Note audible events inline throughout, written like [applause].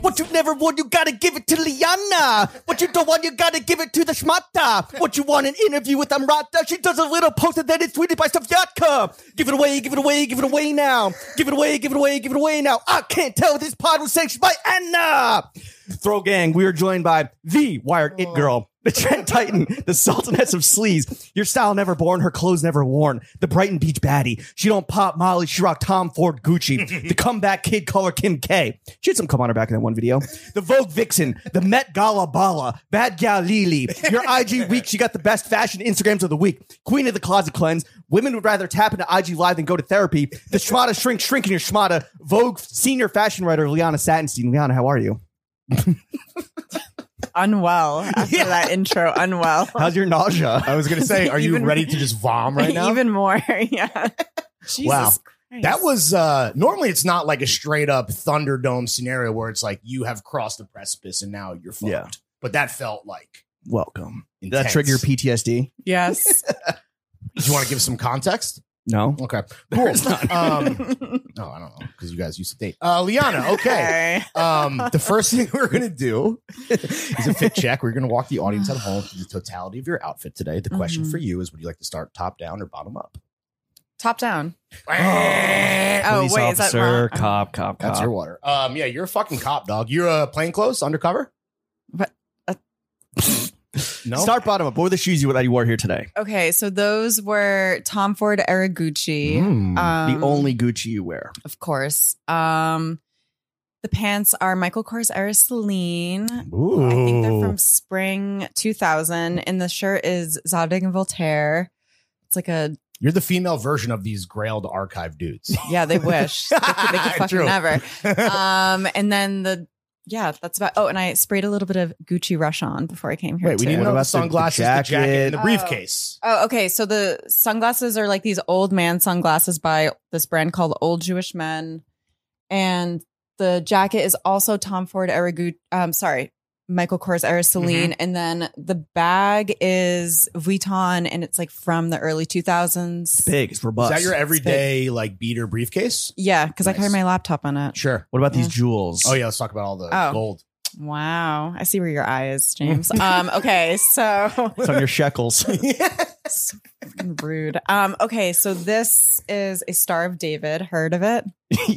What you never want, you gotta give it to Liana. What you don't want, you gotta give it to the Schmata. What you want, an interview with Amrata. She does a little post and then it's tweeted by Sovyatka. Give it away, give it away, give it away now. Give it away, give it away, give it away now. I can't tell this pod was sanctioned by Anna. Throw gang, we are joined by the Wired It Girl. The Trent Titan, the Sultaness of Sleaze, your style never born, her clothes never worn, the Brighton Beach baddie. She don't pop Molly, she rock Tom Ford Gucci, the comeback kid caller Kim K. She had some come on her back in that one video. The Vogue Vixen, the Met Gala Bala, Bad Gal Lily, your IG week, she got the best fashion Instagrams of the week, Queen of the Closet Cleanse, women would rather tap into IG Live than go to therapy, the Schmata Shrink Shrink in your Schmata, Vogue senior fashion writer Liana Satinstein. Liana, how are you? [laughs] unwell after Yeah. that intro. Unwell. How's your nausea? I [laughs] was going to [laughs] say, are you Even- ready to just vom [laughs] right now? Even more. yeah. Jesus Wow. Christ. [laughs] that was uh normally it's not like a straight up Thunderdome scenario where it's like you have crossed the precipice and now you're fucked. Yeah. But that felt like Welcome. Did that intense. trigger your PTSD? yes. Do you want to give some context? No. [laughs] Okay. Cool. There's none. [laughs] um no, I don't know because you guys used to date. Uh Liana, [laughs] okay. [laughs] Um, the first thing [laughs] we're gonna do is a fit check. We're gonna walk the audience at home through the totality of your outfit today. The question Mhm. for you is: Would you like to start top down or bottom up? Top down. That's Oh Police wait, is that officer, wrong? cop, cop, cop. your water. Um, yeah, you're a fucking cop, dog. You're a plainclothes undercover. But- uh- [laughs] no. Start bottom up. What were the shoes you that you wore here today? Okay, so those were Tom Ford Araguchi. Hmm. Mm. Um, the only Gucci you wear. of course. Um, the pants are Michael Kors Era Celine. Ooh. I think they're from spring 2000, and the shirt is Zadig and Voltaire. It's like a You're the female version of these grailed archive [laughs] dudes. yeah. [laughs] They wish they could, they could fucking True. never. [laughs] Um, and then the yeah, that's about. Oh, and I sprayed a little bit of Gucci Rush on before I came here. Wait, we too. need to What know about the the- sunglasses, the the jacket, and the jacket? briefcase. Oh, okay. So the sunglasses are like these old man sunglasses by this brand called Old Jewish Men, and the jacket is also Tom Ford Aragu. Um, sorry, Michael Kors Mm-hmm. Era Celine, and then the bag is Vuitton, and it's like from the early two thousands. Big. It's Is robust. that your everyday like beater briefcase? Yeah, because I Nice. carry my laptop on it. Sure. what about these Yeah. jewels? Oh yeah, let's talk about all the Oh. gold. Wow, I see where your eye is, [laughs] James. um, okay, so It's on your [laughs] shekels. [laughs] so fucking rude. Um, okay, so this is a Star of David. Heard of it?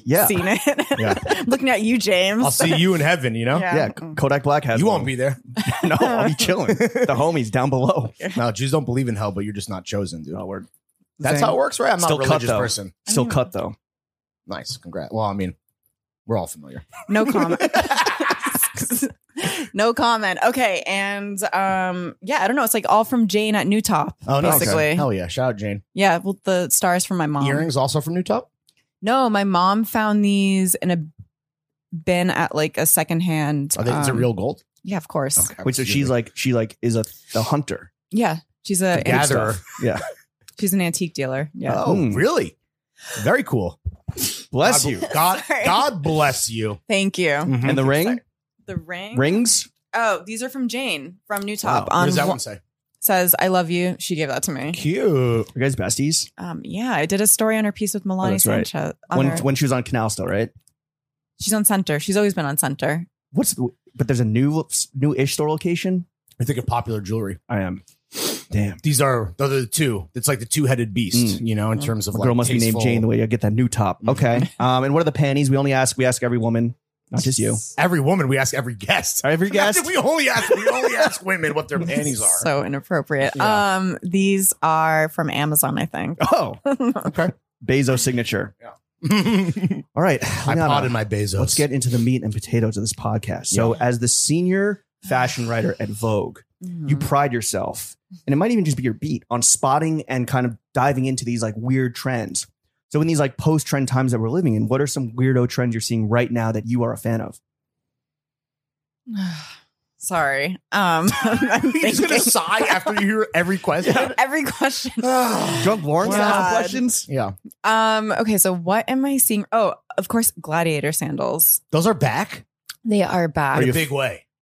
yeah. seen it. Yeah. [laughs] Looking at you, James. I'll see you in heaven. You know, Yeah. Mm. Kodak Black has you one. [laughs] won't be there. [laughs] No, I'll be chilling. the homies down below. No, Jews don't believe in hell, but you're just not chosen, dude. No, we're That's Same. how it works, right? I'm not Still a cut, religious though. person. still I mean- cut though. Nice, congrats. Well, I mean, we're all familiar. No [laughs] comment. [laughs] no comment. Okay, and um, yeah, I don't know. It's like all from Jane at New Top. Oh no, Basically. okay. hell yeah! Shout out Jane. Yeah, well, the stars from my mom. Earrings also from New Top. No, my mom found these in a bin at like a secondhand. Are they, is it um, real gold? Yeah, of course. Okay, Wait, so she's like she like is a, a hunter. Yeah, she's a Yeah. Gatherer. Good stuff. Yeah. she's an antique dealer. Yeah. oh, Mm. really? Very cool. Bless God, you. [laughs] Mm-hmm. God, Sorry. God bless you. Thank Mm. you. And the ring? The ring. Rings? Oh, these are from Jane from New Top. Wow. What On does that wa- one say? says, "I love you." She gave that to me. Cute. You guys besties? Um, yeah, I did a story on her piece with Melanie that's right. Sanchez. on When her- when she was on Canal still, right? she's on center. She's always been on center. What's the, but there's a new new ish store location? I think of popular jewelry. I am. Damn. These are those are the two. It's like the two headed beast, you know, in terms of Mm. A like girl must be tasteful- named Jane the way you get that new top. Mhm. Okay. Um, and what are the panties? We only ask we ask every woman, not just you. Every woman we ask every guest. Every [laughs] guest. We only ask we only ask [laughs] women what their panties are. So inappropriate. Yeah. Um, these are from Amazon, I think. Oh, okay. Bezos signature. [laughs] I All right. Liana, potted my Bezos. let's get into the meat and potatoes of this podcast. So, as the senior fashion writer at Vogue, you pride yourself, and it might even just be your beat on spotting and kind of diving into these like weird trends. So, in these like post trend times that we're living in, what are some weirdo trends you're seeing right now that you are a fan of? [sighs] Sorry. [laughs] Um, [laughs] I'm You're just gonna thinking. sigh after you hear every question. [sighs] every question. Drunk Lawrence asked some God. questions. yeah. Um, okay, so what am I seeing? Oh, of course, gladiator sandals. Those are back They are back way.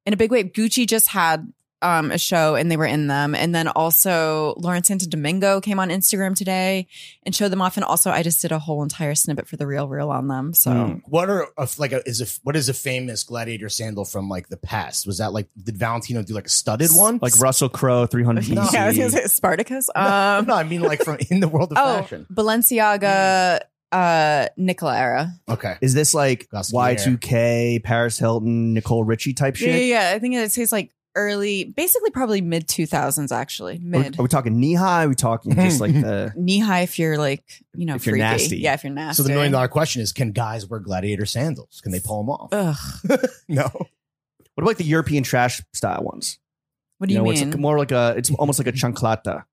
in a big way. Gucci just had um, a show and they were in them. And then also Lauren Santo Domingo came on Instagram today and showed them off. And also I just did a whole entire snippet for the real reel on them. So Um, what are a, like a, is a what is a famous gladiator sandal from like the past? Was that like did Valentino do like a studded one? Like Russell Crowe, 300 [laughs] No. BC. [laughs] yeah, I was gonna say Spartacus. no, Um, no, I mean like from in the world of oh, fashion. Balenciaga, uh, Nicola era. Okay, Is this like Gossip Y2K, Paris Hilton, Nicole Richie type Yeah, shit? yeah, yeah. I think it tastes like early, basically probably mid two thousands actually. Are we- Mid Are we talking knee high? Are we talking just [laughs] like the knee high if you're like you know If you're freaky. nasty. Yeah, if you're nasty. so the million dollar question is: Can guys wear gladiator sandals? Can they pull [laughs] them off? Ugh. no, what about like the European trash style ones? What do you, it's mean? like more like a it's almost like a chanclata,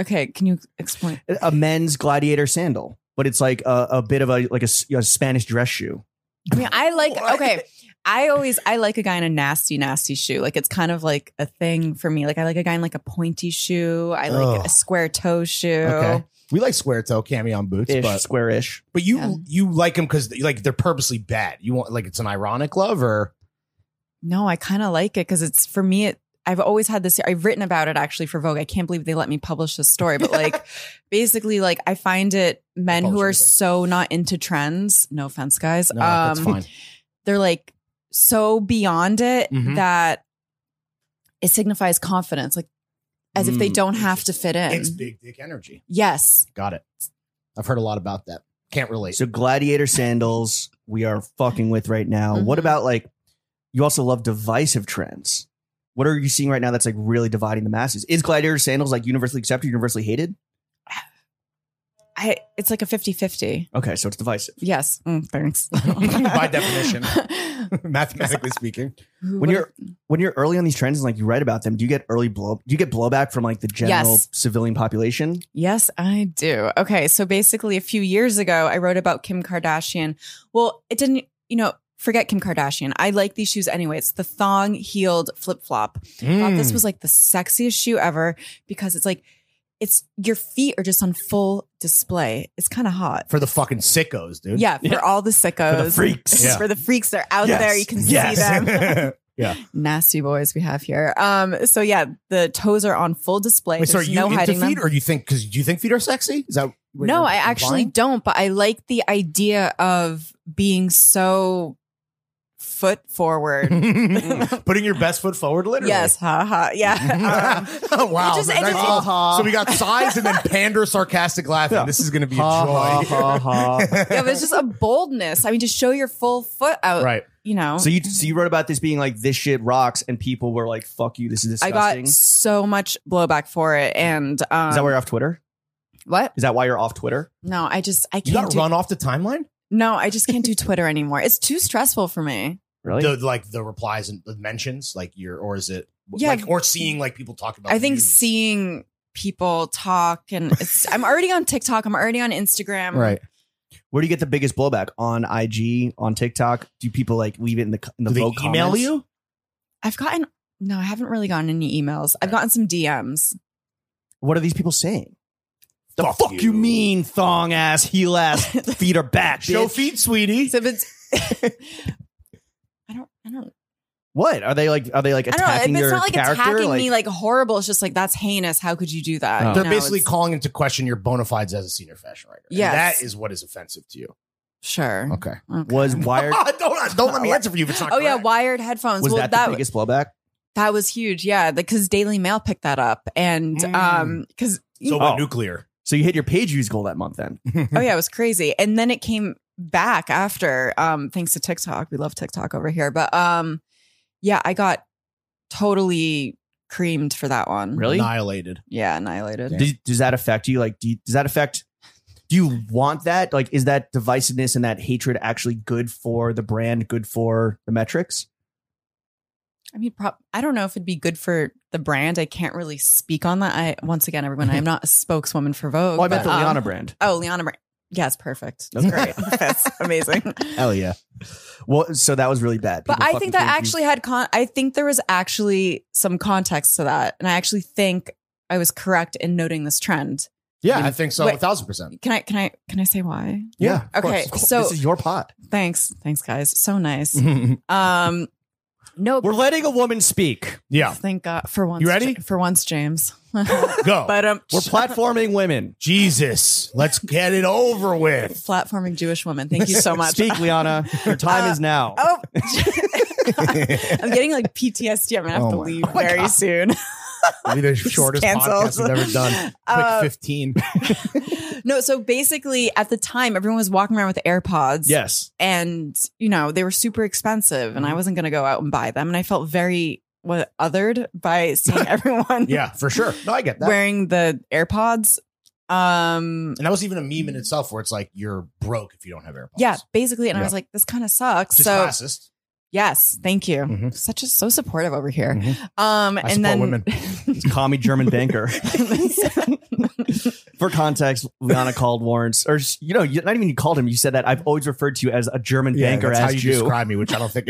okay, can you explain? a men's gladiator sandal, but it's like a, a bit of a like a, s- a Spanish dress shoe. I mean, I like [laughs] What? okay. I always I like a guy in a nasty, nasty shoe. Like it's kind of like a thing for me. Like I like a guy in like a pointy shoe. I like Ugh. a square toe shoe. Okay. we like square toe camion boots, Ish, but square-ish. but you Yeah. you like them because like they're purposely bad. You want like it's an ironic love or No, I kind of like it because it's for me. It, I've always had this. I've written about it actually for Vogue. I can't believe they let me publish this story, but [laughs] like, basically, like I find it men who Publish are everything. so not into trends. No offense, guys. um, no, that's fine. They're like so beyond it Mhm. that it signifies confidence, like as if they Mm, don't have to fit in. It's big dick energy. Yes, Got it. I've heard a lot about that. Can't relate. So gladiator sandals we are fucking with right now. What Mhm. about like you also love divisive trends? What are you seeing right now that's like really dividing the masses? Is gladiator sandals like universally accepted, universally hated? I. It's like a 50-50. Okay, so it's divisive. Yes, Mm, thanks. By [laughs] definition. [laughs] Mathematically speaking, When you're when you're early on these trends and like you write about them, do you get early blow? Do you get blowback from like the general Yes. civilian population? Yes, I do. Okay. So basically, a few years ago, I wrote about Kim Kardashian. Well, it didn't, you know, forget Kim Kardashian. I like these shoes anyway. It's the thong heeled flip flop. Thought Hmm. Mm. this was like the sexiest shoe ever because it's like, it's your feet are just on full display. It's kind of hot. for the fucking sickos, dude. Yeah, for Yeah. all the sickos, freaks. [laughs] Yeah. for the freaks, they're out there. You can see them [laughs] nasty boys we have here. Um, so yeah, the toes are on full display. Wait, so are There's you no into hiding feet, them. or do you think? Because do you think feet are sexy? Is that what No, you're I actually implying? don't, but I like the idea of being so foot forward. [laughs] putting your best foot forward, [laughs] literally. yes, ha ha. Yeah. Um, oh, [laughs] wow. It just- it That's just- all- Ha-ha. so we got [laughs] sighs and then pander sarcastic laughing. Yeah. This is going to be a joy. Ha, ha, [laughs] [laughs] ha, ha. yeah, but it's just a boldness. I mean, just show your full foot out, right. you know. So you so you wrote about this being like this shit rocks, and people were like, "Fuck you, this is I disgusting." got so much blowback for it. And um, is that why you're off Twitter? what? Is that why you're off Twitter? No, I just I You can't got do run off the timeline? [laughs] No, I just can't do Twitter anymore. It's too stressful for me. Really? the like the replies and the mentions, like your or is it Yeah. like or seeing like people talk about I think views. seeing people talk and it's, I'm already on TikTok, I'm already on Instagram. right. Where do you get the biggest blowback on IG on TikTok? Do people like leave it in the co- in the Do they Vogue email comments? you? I've gotten no, I haven't really gotten any emails. I've gotten some DMs. What are these people saying? The Fuck fuck, you. you. mean thong ass heel ass [laughs] [laughs] feet are back? Show bitch. feet, sweetie. So if it's [laughs] I don't I don't What are they like? Are they like I don't attacking know. If your it's not like character? attacking me like horrible, it's just like that's heinous. How could you do that? Oh. You They're know, basically it's- calling into question your bona fides as a senior fashion writer. And Yes. that is what is offensive to you. Sure. Mm-hmm. Okay. Okay. [laughs] was wired? [laughs] don't, don't let me answer for you if it's Oh, not Oh yeah, correct. wired headphones. was well, that, that the biggest blowback? that was huge. Yeah, because Daily Mail picked that up, and Mm. um, because So about Oh. [laughs] nuclear. So you hit your page views goal that month then? oh yeah, it was crazy. And then it came back after, um, thanks to TikTok. We love TikTok over here, but um, yeah, I got totally creamed for that one. Really? Annihilated. Yeah, annihilated. Does, does that affect you? Like, do you, does that affect? Do you want that? Like, is that divisiveness and that hatred actually good for the brand? Good for the metrics? I mean, prob I don't know if it'd be good for the brand. I can't really speak on that. I once again, everyone, I am not a spokeswoman for Vogue. Well, I meant but, the um, Liana brand. Oh, Liana brand. Yes, perfect. That's Okay. great. [laughs] That's [laughs] amazing. Hell yeah. Well, so that was really bad. But People I fucking think that came to you- actually had con. I think there was actually some context to that, and I actually think I was correct in noting this trend. Yeah, I think so. Wait. A thousand percent. Can I? Can I? Can I say why? Yeah. of Okay, course. so- this is your pot. [laughs] Thanks, thanks, guys. So nice. Um, No, Mm-hmm. We're letting a woman speak. [laughs] Yeah, [laughs] thank God for once. You ready? Ja- for once, James. go. [laughs] but um, Oh. We're platforming women. Jesus, let's get it over with. platforming Jewish women. Thank you [laughs] so much. Speak, Liana. Your time is now. [laughs] Oh, [laughs] I'm getting like PTSD. I'm gonna have Oh to my- leave very soon. [laughs] Maybe the shortest canceled. podcast we've ever done. [laughs] Quick Uh, fifteen. no, so basically, at the time, everyone was walking around with AirPods. Yes. and you know they were super expensive, Mm-hmm. and I wasn't gonna go out and buy them, and I felt very what othered by [laughs] [laughs] seeing everyone Yeah, for sure. No, I get that. wearing the AirPods. Um, and that was even a meme in itself, where it's like you're broke if you don't have AirPods. yeah, basically, and I Yeah. was like, this kind of sucks. just so classist. yes, thank you. Mm-hmm. Mhm. Such a so supportive over here. Mhm. Um, I and support then women. It's commie German banker. For context, Liana called Lawrence, or you know, you- not even you called him. You said that I've always referred to you as a German Yeah, banker that's as how you Jew. describe me, which [laughs] I don't think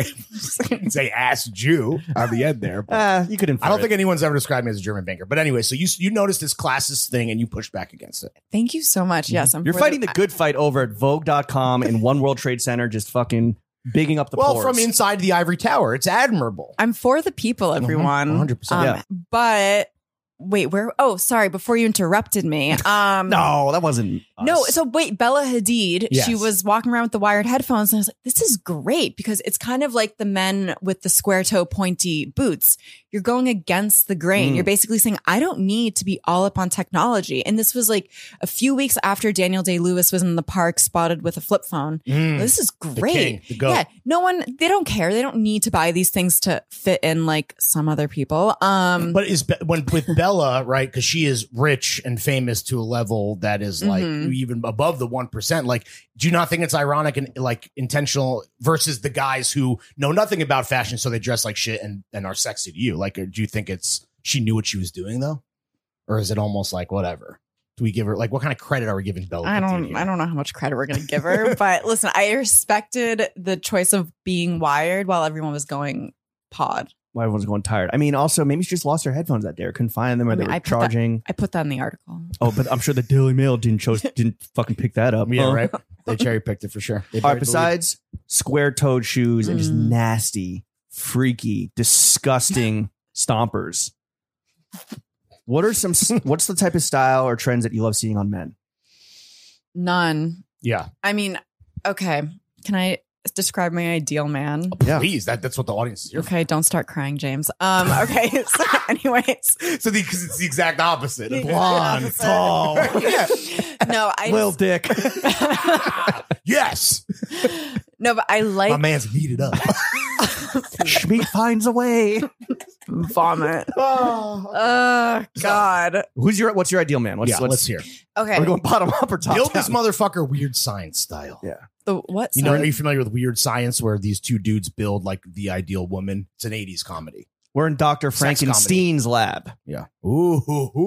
say ass Jew on the end there. but- [laughs] Ah, you could infer. I don't it. think anyone's ever described me as a German banker. But anyway, so you you noticed this classist thing and you pushed back against it. [laughs] Thank you so much. Yes, I'm Mm-hmm. You're for fighting the good fight over at Vogue.com in One World Trade Center, just fucking bigging up the well, pores. from inside the ivory tower, it's admirable. I'm for the people, Mm-hmm. everyone. Um, 100%. Yeah. But wait, where? Oh, sorry. Before you interrupted [laughs] me. Um, no, that wasn't. Us. No, so wait, Bella Hadid, Yes. she was walking around with the wired headphones, and I was like, this is great because it's kind of like the men with the square toe pointy boots. You're going against the grain. Mm. You're basically saying, I don't need to be all up on technology. And this was like a few weeks after Daniel Day Lewis was in the park spotted with a flip phone. Mm, This is the great. king, the goat. Yeah, no one they don't care. They don't need to buy these things to fit in like some other people. Um But is Be- when [laughs] with Bella right because she is rich and famous to a level that is like Mhm. even above the one percent. Like, do you not think it's ironic and like intentional versus the guys who know nothing about fashion, so they dress like shit and and are sexy to you? Like, or do you think it's she knew what she was doing though, or is it almost like whatever? Do we give her like what kind of credit are we giving Bella? I Hadid don't here? I don't know how much credit we're gonna give her, but listen, I respected the choice of being wired while everyone was going pod. Why everyone's going tired. I mean, also maybe she just lost her headphones that day, or couldn't find them, or I they mean, were I put that- charging. I put that in the article. Oh, but I'm sure the Daily Mail didn't chose didn't fucking pick that up. Yeah, huh? [laughs] right. They cherry picked it for sure. They All buried right. the Besides square toed shoes and just Mm. nasty, freaky, disgusting stompers. What are some? What's the type of style or trends that you love seeing on men? None. lead. yeah. I mean, okay. Can I describe my ideal man? Yeah. Please, that, that's what the audience is here. for. Okay, don't start crying, James. Um, okay. [laughs] So anyways. [laughs] So the, 'cause it's the exact opposite. The [laughs] Blonde, exact opposite. tall. yeah. No, I Lil Dick. Yes, [laughs] No, but I my like man's heated up. Schmeat finds a way. [laughs] vomit. Oh God. Who's your? What's your ideal man? What's, yeah, what's, let's hear. Okay. Are we going bottom up or top Build down? this motherfucker weird science style. Yeah. the what? You know, Sorry. are you familiar with Weird Science, where these two dudes build like the ideal woman? It's an '80s comedy. We're in Dr. Sex Frankenstein's lab. Yeah. Ooh, ooh,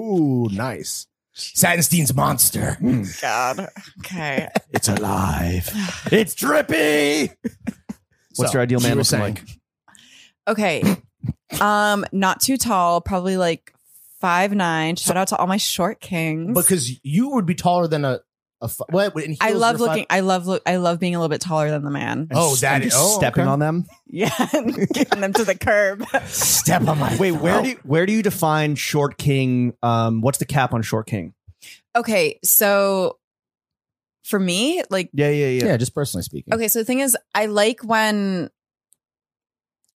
ooh nice. Satinstein's monster. God. Okay. Hmm. It's alive. it's drippy. What's your ideal you man were looking saying- like? Okay. Um, not too tall, probably like five nine. Shout out to all my short kings. Because you would be taller than a. a fi- what, in I heels, love you're fi- looking. I love look. I love being a little bit taller than the man. [laughs] And Oh, s- that and is- just oh, stepping okay. on them. Yeah, and kicking them to the curb. [laughs] Step on my Wait, where throat. do you, where do you define short king? Um, what's the cap on short king? Okay, so for me, like, Yeah, yeah, yeah. yeah, just personally speaking. okay, so the thing is, I like when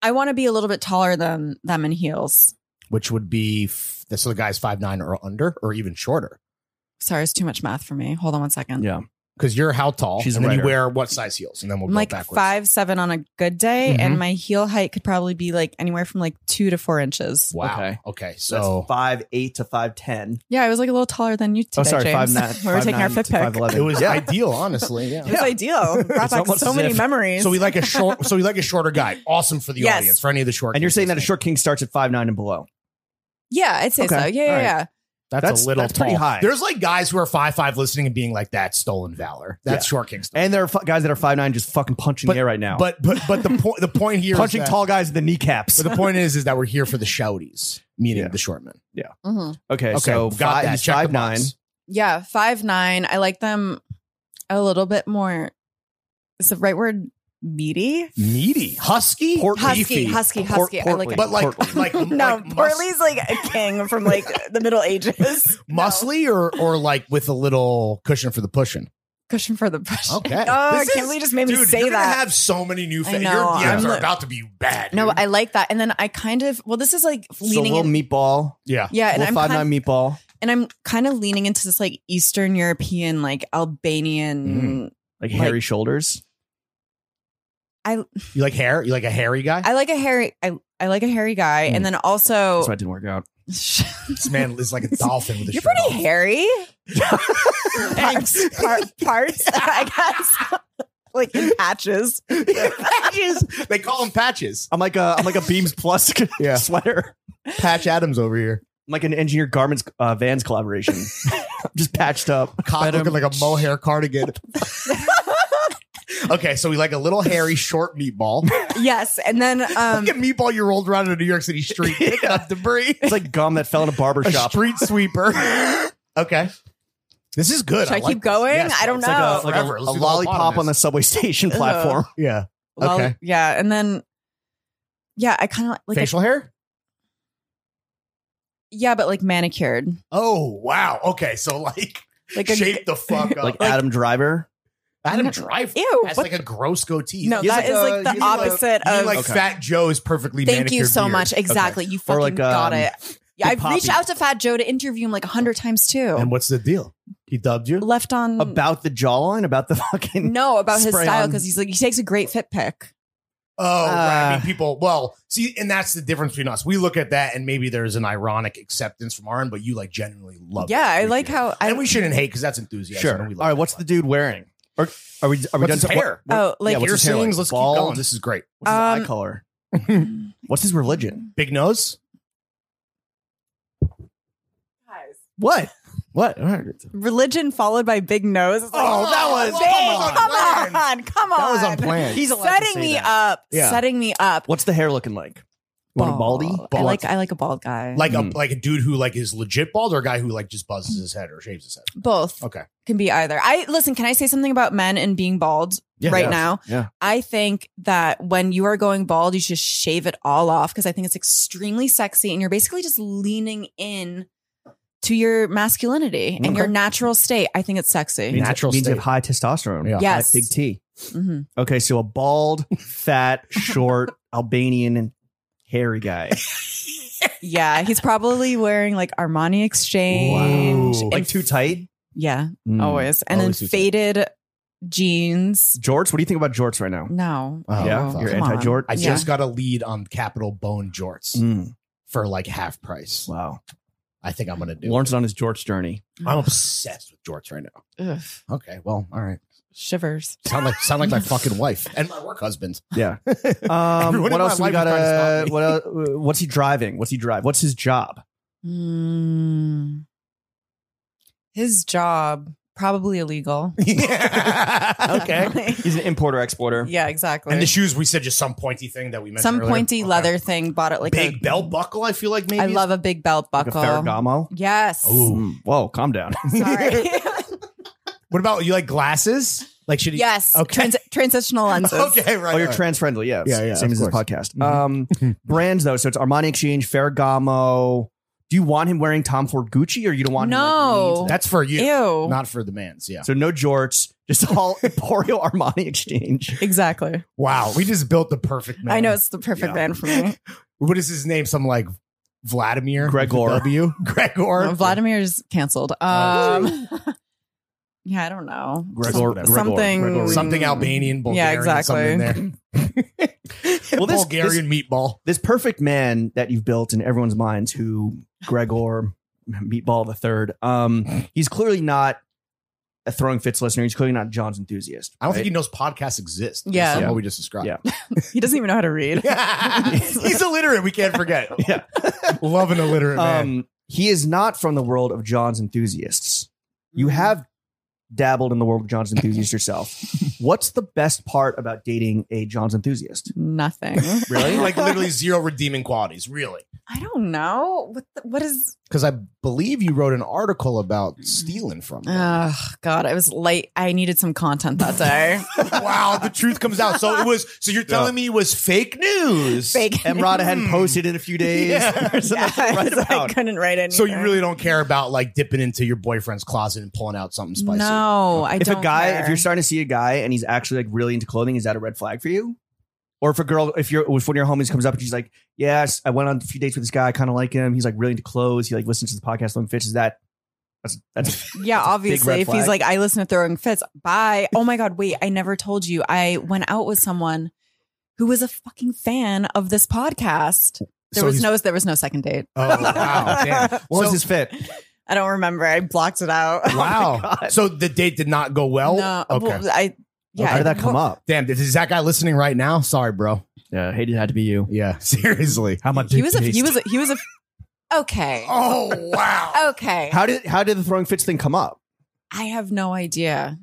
I want to be a little bit taller than them in heels. Which would be f- so the guy's five nine or under or even shorter. Sorry, it's too much math for me. Hold on one second. Yeah. Because you're how tall? She's and a then you writer. wear what size heels, and then we'll I'm go like backwards. five seven on a good day, Mhm. and my heel height could probably be like anywhere from like two to four inches. Wow. Okay. Okay. So, So that's five eight to five ten. Yeah, I was like a little taller than you today, Oh, sorry, five James. [laughs] nine. we were five taking our nine fit to five pick. eleven. it was Yeah. ideal, honestly. [laughs] Yeah. It was ideal. Brought It's back almost so as many if- memories. So we like a short. so we like a [laughs] shorter guy. Awesome for the Yes. audience for any of the short. and you're saying that a guys. short king starts at five nine and below. yeah, I'd say Okay. so. Yeah, All yeah, right. yeah. that's, that's- a little that's tall. pretty high. There's like guys who are five five listening and being like that's stolen valor. That's short king stuff. And there are f- guys that are five nine just fucking punching the air right now. But but but the point the point here is punching that- [laughs] tall guys in the kneecaps. But the point is is that we're here for the shouties, meaning Yeah. the short men. Mhm. Okay, Okay, so got five, that. he's Check the five nine. box. Yeah, five nine. I like them a little bit more. Is the right word? meaty. Meaty. Husky? Pork Husky, beefy. husky, Port- husky. I like portly. it. but like, Portly. [laughs] like, No, like mus- Portly's like a king from like the [laughs] Middle Ages. muscly or, or like with a little cushion for [laughs] the pushing. Cushion for the brush. Okay. Oh, This Kimberly just made me Dude, say you're that. gonna have so many new. I Fa- your know, DMs I'm are li- about to be bad. No, dude. I like that. And then I kind of well, this is like leaning so little in, meatball. yeah. yeah, and little I'm five kind, nine meatball. and I'm kind of leaning into this like Eastern European, like Albanian. Like, Like- hairy shoulders. You like hair? You like a hairy guy? I like a hairy. I I like a hairy guy, and then also That's why it didn't work out. [laughs] this man is like a dolphin with a you're shirt pretty off. [laughs] hairy. parts, par- parts, [laughs] I guess, like in patches. [laughs] patches. They call them patches. I'm like a I'm like a Beams Plus Yeah. sweater. Patch Adams over here. I'm like an engineer garments uh, vans collaboration. [laughs] I'm just patched up. Cock But, um, looking like a mohair cardigan. okay, so we like a little hairy short meatball. [laughs] Yes, and then um, like a meatball you rolled around in a New York City street [laughs] picking up debris. It's like gum that fell in a barber A shop. street [laughs] sweeper. okay. This is good. Should I like keep this. going? Yes, I don't it's know. like a, Oh. like a, Forever. Let's a do the whole pot lollipop of on the this. subway station Ugh. platform. Yeah. well, Okay. yeah, and then yeah, I kind of like a, Facial hair? yeah, but like manicured, Oh, wow. Okay, so like, [laughs] like a shape the fuck up. Like, Adam Driver. Adam Driver. ew. That's what like a gross goatee. No, He's that like is a- like he's the like- opposite You mean, of. like Okay. Fat Joe's perfectly. thank you manicured so beard. much. Exactly, you Or fucking like, got um, it. Yeah, I've Poppy. reached out to Fat Joe to interview him like a hundred times too. And what's the deal? He dubbed you. Left on About the jawline, about the [laughs] fucking Mm. [laughs] no about his spray style on- because he's like he takes a great fit pic. Oh, right. I mean, Uh, people. Well, see, and that's the difference between us. We look at that, and maybe there's an ironic acceptance from our end, but you like genuinely love. Yeah, it. I Appreciate like it. how I and we shouldn't hate because that's enthusiasm. Sure. and we All love right, that what's about the dude wearing? Or are we are we What's done his to- what- hair? what- Oh, like- yeah, what's his hair like? Piercings, let's keep Bald? going. This is great. What's his eye Um, color? What's his religion? Big nose. What? What? religion followed by big nose. It's like, Oh, that was- come Dave, come on. on, come on, That was on plan. He's allowed to say setting me that. up, Yeah. setting me up. What's the hair looking like? You want a Bald. baldy? I Bald. like I like a bald guy. Like Mm. a like a dude who like is legit bald, or a guy who like just buzzes his head or shaves his head. both Okay. can be either. I listen. Can I say something about men and being bald? right yeah. now. Yeah. I think that when you are going bald, you should shave it all off because I think it's extremely sexy and you're basically just leaning in to your masculinity and your Okay. natural state. I think it's sexy. means, Natural means you state. have high testosterone. Yeah. Yes. High big T. hmm Okay, so a bald, fat, short Albanian and hairy [laughs] guy. Yeah. He's probably wearing like Armani Exchange. Wow. and- like too tight. yeah, Mm. always. And Always then too tight. faded jeans. Jorts. What do you think about jorts right now? No. Oh, yeah, fuck. you're come on. anti-jort. I Yeah. just got a lead on Capital Bone Jorts Mm. for like half price. Wow. I think I'm gonna do. Lawrence is on his jorts [laughs] journey. it. I'm obsessed with jorts right now. Ugh, Okay, well, all right. shivers. Sound like sound like my fucking wife and my work husband. [laughs] Yeah. Everyone Um, in what my else do we life is got? trying to stop Uh, me. what else, [laughs] What's he driving? What's he drive? What's his [laughs] job? Mm. His job, probably illegal. yeah. Okay. Definitely. He's an importer exporter. Yeah, exactly. And the shoes, we said just some pointy thing that we mentioned. Some earlier. pointy Okay. leather thing. Bought it like big a, belt buckle. I feel like maybe. I love a big belt Like a buckle. Ferragamo. yes. Ooh. Mm. Whoa, calm down. [laughs] [laughs] Sorry. What about you? Like glasses? Like should he? [laughs] yes. Okay. Trans- transitional lenses. Okay. Right. Oh, you're right. trans friendly. Yeah. uh, Yeah, yeah, Same of as this course. podcast. Mhm. [laughs] Um, brands though. So it's Armani Exchange, Ferragamo. Do you want him wearing Tom Ford Gucci or you don't want No. him? like, lean into That's for you, Ew. not for the man's. Yeah. that? So no jorts, just all [laughs] Emporio Armani [laughs] Exchange. exactly. Wow. We just built the perfect man. I know it's the perfect Yeah. man for me. [laughs] What is his name? Some like Vladimir Gregor. W. Gregor. No, Vladimir's canceled. Um, [laughs] yeah, I don't know. Oh. Gregor- Some- something. Gregor- Something Albanian, Bulgarian, Yeah, exactly. something [laughs] there. Well, this- Bulgarian meatball. This perfect man that you've built in everyone's minds, who Gregor Meatball the Third. Mm-hmm. Um, he's clearly not a throwing fits listener. He's clearly not John's enthusiast. I don't right? think he knows podcasts exist. based Yeah. on Yeah. what we just described. Yeah. [laughs] He doesn't even know how to read. [laughs] [laughs] He's illiterate. We can't forget. Yeah. Love an illiterate man. Um, he is not from the world of John's enthusiasts. Mm. You have dabbled in the world of [laughs] John's enthusiast yourself. What's the best part about dating a John's enthusiast? nothing. Really? [laughs] like literally zero redeeming qualities. Really, I don't know what the, what is. Because I believe you wrote an article about stealing from them. [laughs] Oh God, I was late. I needed some content that day. [laughs] wow, the truth comes out. So it was. So you're telling me it was fake [laughs] [laughs] news. Fake. Emrata hadn't posted in a few days. Yeah. [laughs] There's Hmm. Yeah, nothing to write [laughs] so I about. couldn't write anything. So you really don't care about like dipping into your boyfriend's closet and pulling out something spicy. No, I if don't. a guy, care. if you're starting to see a guy and he's actually like really into clothing, is that a red flag for you? Or if a girl, if you're if one of your homies comes up and she's like, "Yes, I went on a few dates with this guy. I kind of like him. He's like really into clothes. He like listens to the podcast Throwing Fits." Is that that's that's that's yeah, a big obviously, red if he's flag. like, I listen to Throwing Fits. Bye. Oh my God, wait, I never told you. I went out with someone who was a fucking fan of this podcast. There So was he's- no, there was no second date. [laughs] Oh wow! [laughs] Damn. what So- was his fit? I don't remember. I blocked it out. [laughs] Wow. God. so the date did not go well. Oh no, okay. well, I. Yeah, How did that come well, up? Damn. Is that guy listening right now? Sorry, bro. Yeah, hated had to be you. Yeah. [laughs] Seriously. How much? He was a. He was a. He was a. Okay. Oh wow. Okay. How did how did the throwing fits thing come [laughs] up? I have no idea.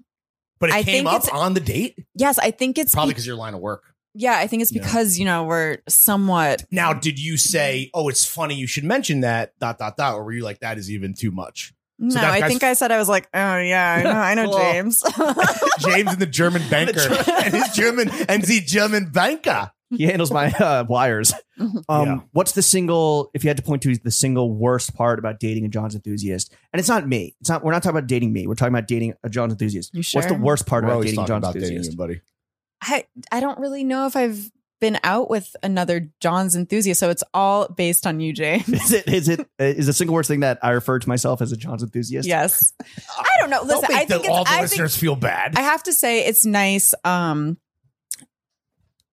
But it I came think up it's- on the date. Yes, I think it's Probably because your line of work. Yeah, I think it's Yeah. because, you know, we're somewhat Now, did you say, "Oh, it's funny you should mention that"? Dot dot dot. Or were you like, "That is even [laughs] too much"? No, that I guy's- think I said I was like, "Oh yeah, I know, I [laughs] know Cool. James." [laughs] James and the German banker [laughs] and his German and the German banker. He handles my uh, wires. Mhm. Um, Yeah. What's the single? If you had to point to the single worst part about dating a John's enthusiast, and it's not me. It's not. We're not talking about dating me. We're talking about dating a John's enthusiast. You What's the sure? worst part We're about always dating a talking John's about dating enthusiast? you, buddy. I I don't really know if I've been out with another John's enthusiast, so it's all based on you, [laughs] James. Is it is it is a single worst thing that I refer to myself as a John's enthusiast? Yes, I don't know. Listen, Don't make I think the, it's, all the I think listeners feel bad. I have to say it's nice. Um,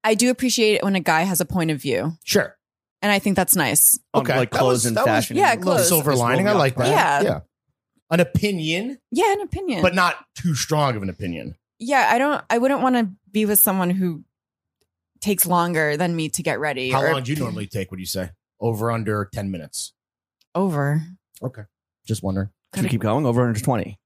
I do appreciate it when a guy has a point of view, sure. and I think that's nice. On, Okay. Um, like That clothes was- and that was- fashion. yeah, and- clothes. Silver lining. I like that. Yeah. Yeah. An opinion, Yeah, an opinion, but not too strong of an opinion. yeah, I don't. I wouldn't want to be with someone who takes longer than me to get ready. How or- long do you normally take? What do you say? Over under ten minutes. Over. Just wondering. Should we keep going? Over under twenty.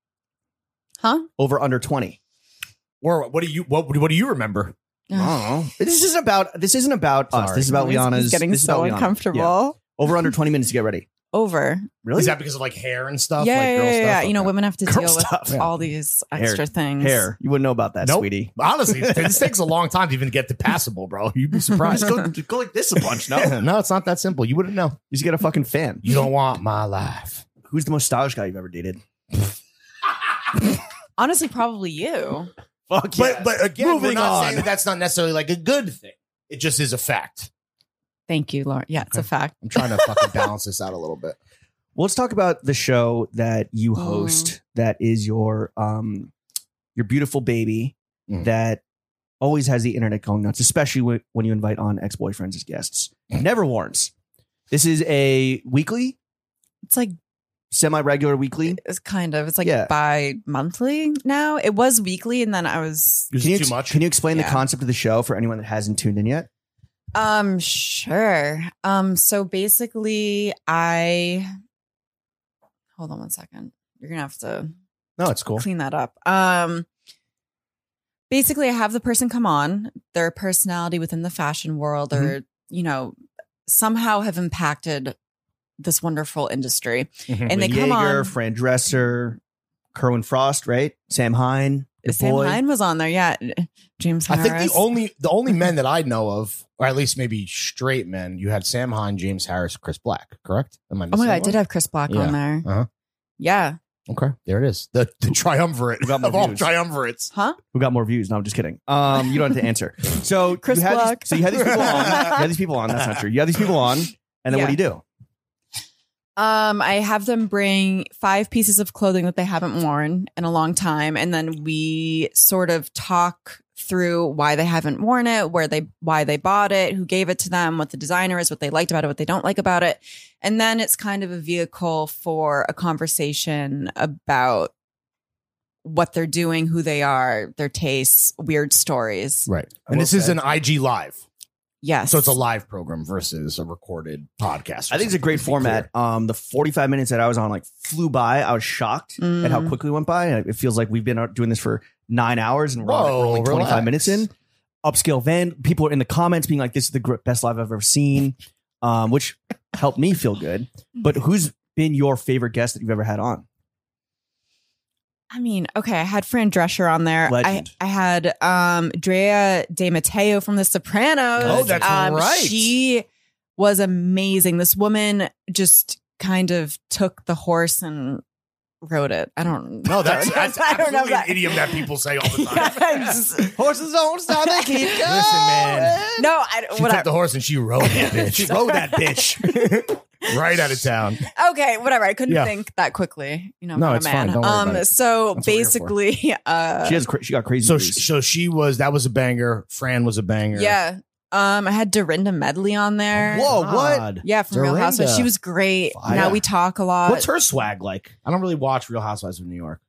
Huh? Over under twenty. [sighs] Or what do you what what do you remember? Oh, this isn't about this isn't about us. Sorry. This is about He's- Liana's. He's getting this is so about Liana. uncomfortable. Yeah. Over under twenty minutes to get ready. Over. Really? Is that because of like hair and stuff? yeah, like yeah, yeah, yeah. You know, Okay. women have to Girl deal stuff. with Yeah. all these Hair. extra things. hair? You wouldn't know about that, Nope. sweetie. [laughs] Honestly, this takes a long time to even get to passable, bro. You'd be surprised. Just go, just go like this a bunch. No, you no, no, it's not that simple. You wouldn't know. just get a fucking fan. You don't want my life. Who's the most stylish guy you've ever dated? Honestly, probably you. Fuck But but again, Moving we're not on. saying that that's not necessarily like a good thing. It just is a fact. Thank you, Lauren. Yeah, it's a Okay. fact. I'm trying to fucking balance this out a little bit. Well, let's talk about the show that you Mm. host. That is your um, your beautiful baby Mm. that always has the internet going nuts, especially wh- when you invite on ex boyfriends as guests. Mm. Never warns. This is a weekly, It's like semi regular weekly. it's kind of it's like Yeah. bi monthly now. It was weekly, and then I was Is Can you it too ex- much? Can you explain the Yeah. concept of the show for anyone that hasn't tuned in yet? Um, sure. Um, so basically, I hold on one second. You're gonna have to No, it's cool. clean that up. Um, basically, I have the person come on, their personality within the fashion world, Mm-hmm. or you know, somehow have impacted this wonderful industry. Mm-hmm. And they Lynn come Yeager, on. Fran Dresser, Kerwin Frost, right? Sam Hine, your Sam boy. Hine was on there, yeah. James I Harris. think the only the only men that I know of, or at least maybe straight men, you had Sam Hahn, James Harris, Chris Black, correct? Am oh my I missing god, I anyone? did have Chris Black Yeah. on there. Uh-huh. Yeah, Okay, there it is. The the triumvirate [laughs] We got more of all views. triumvirates. huh? who got more views. No, I'm just kidding. Um, you don't have to [laughs] answer. So Chris you had Block. These, so you had these people on. You had these people on. That's not true. You had these people on, and then what do you do? Um, I have them bring five pieces of clothing that they haven't worn in a long time, and then we sort of talk through why they haven't worn it, where they why they bought it, who gave it to them, what the designer is, what they liked about it, what they don't like about it. And then it's kind of a vehicle for a conversation about what they're doing, who they are, their tastes, weird stories. Right, and this is an IG live, Yes. so it's a live program versus a recorded podcast. or I think it's a something, great to be format. clear. Um, the 45 minutes that I was on like flew by. I was shocked at how Mm. quickly it went by. It feels like we've been out doing this for nine hours, and we're, on- Whoa, we're only 25 relax. minutes in. Upscale van. People are in the comments being like, "This is the gr- best live I've ever seen." um, which helped me feel good. But Mm-hmm. who's been your favorite guest that you've ever had on? I mean, okay, I had Fran Drescher on there. Legend. I, I had um Drea De Matteo from The Sopranos. Oh, that's um, right. She was amazing. This woman just kind of took the horse and rode it. [laughs] I don't [laughs] No, that's, don't know. that's I don't know absolutely an that- idiom that [laughs] people say all the time. Yeah, I'm just- Horses don't stop, they [laughs] keep [laughs] Listen, man. no, I [laughs] She whatever. took the horse and she rode [laughs] that bitch. She rode that bitch [laughs] right out of town. okay, whatever. I couldn't Yeah. think that quickly. You know, No, I'm it's a fine. man. Don't worry um about it. so That's what we're basically here for. [laughs] uh She has cra- she got crazy. So, views. she, so she was. That was a banger. Fran was a banger. yeah. Um I had Dorinda Medley on Oh, there. Whoa, God. what? Yeah, from Real Dorinda. Housewives. She was great. Fire. Now we talk a lot. What's her swag like? I don't really watch Real Housewives of New York.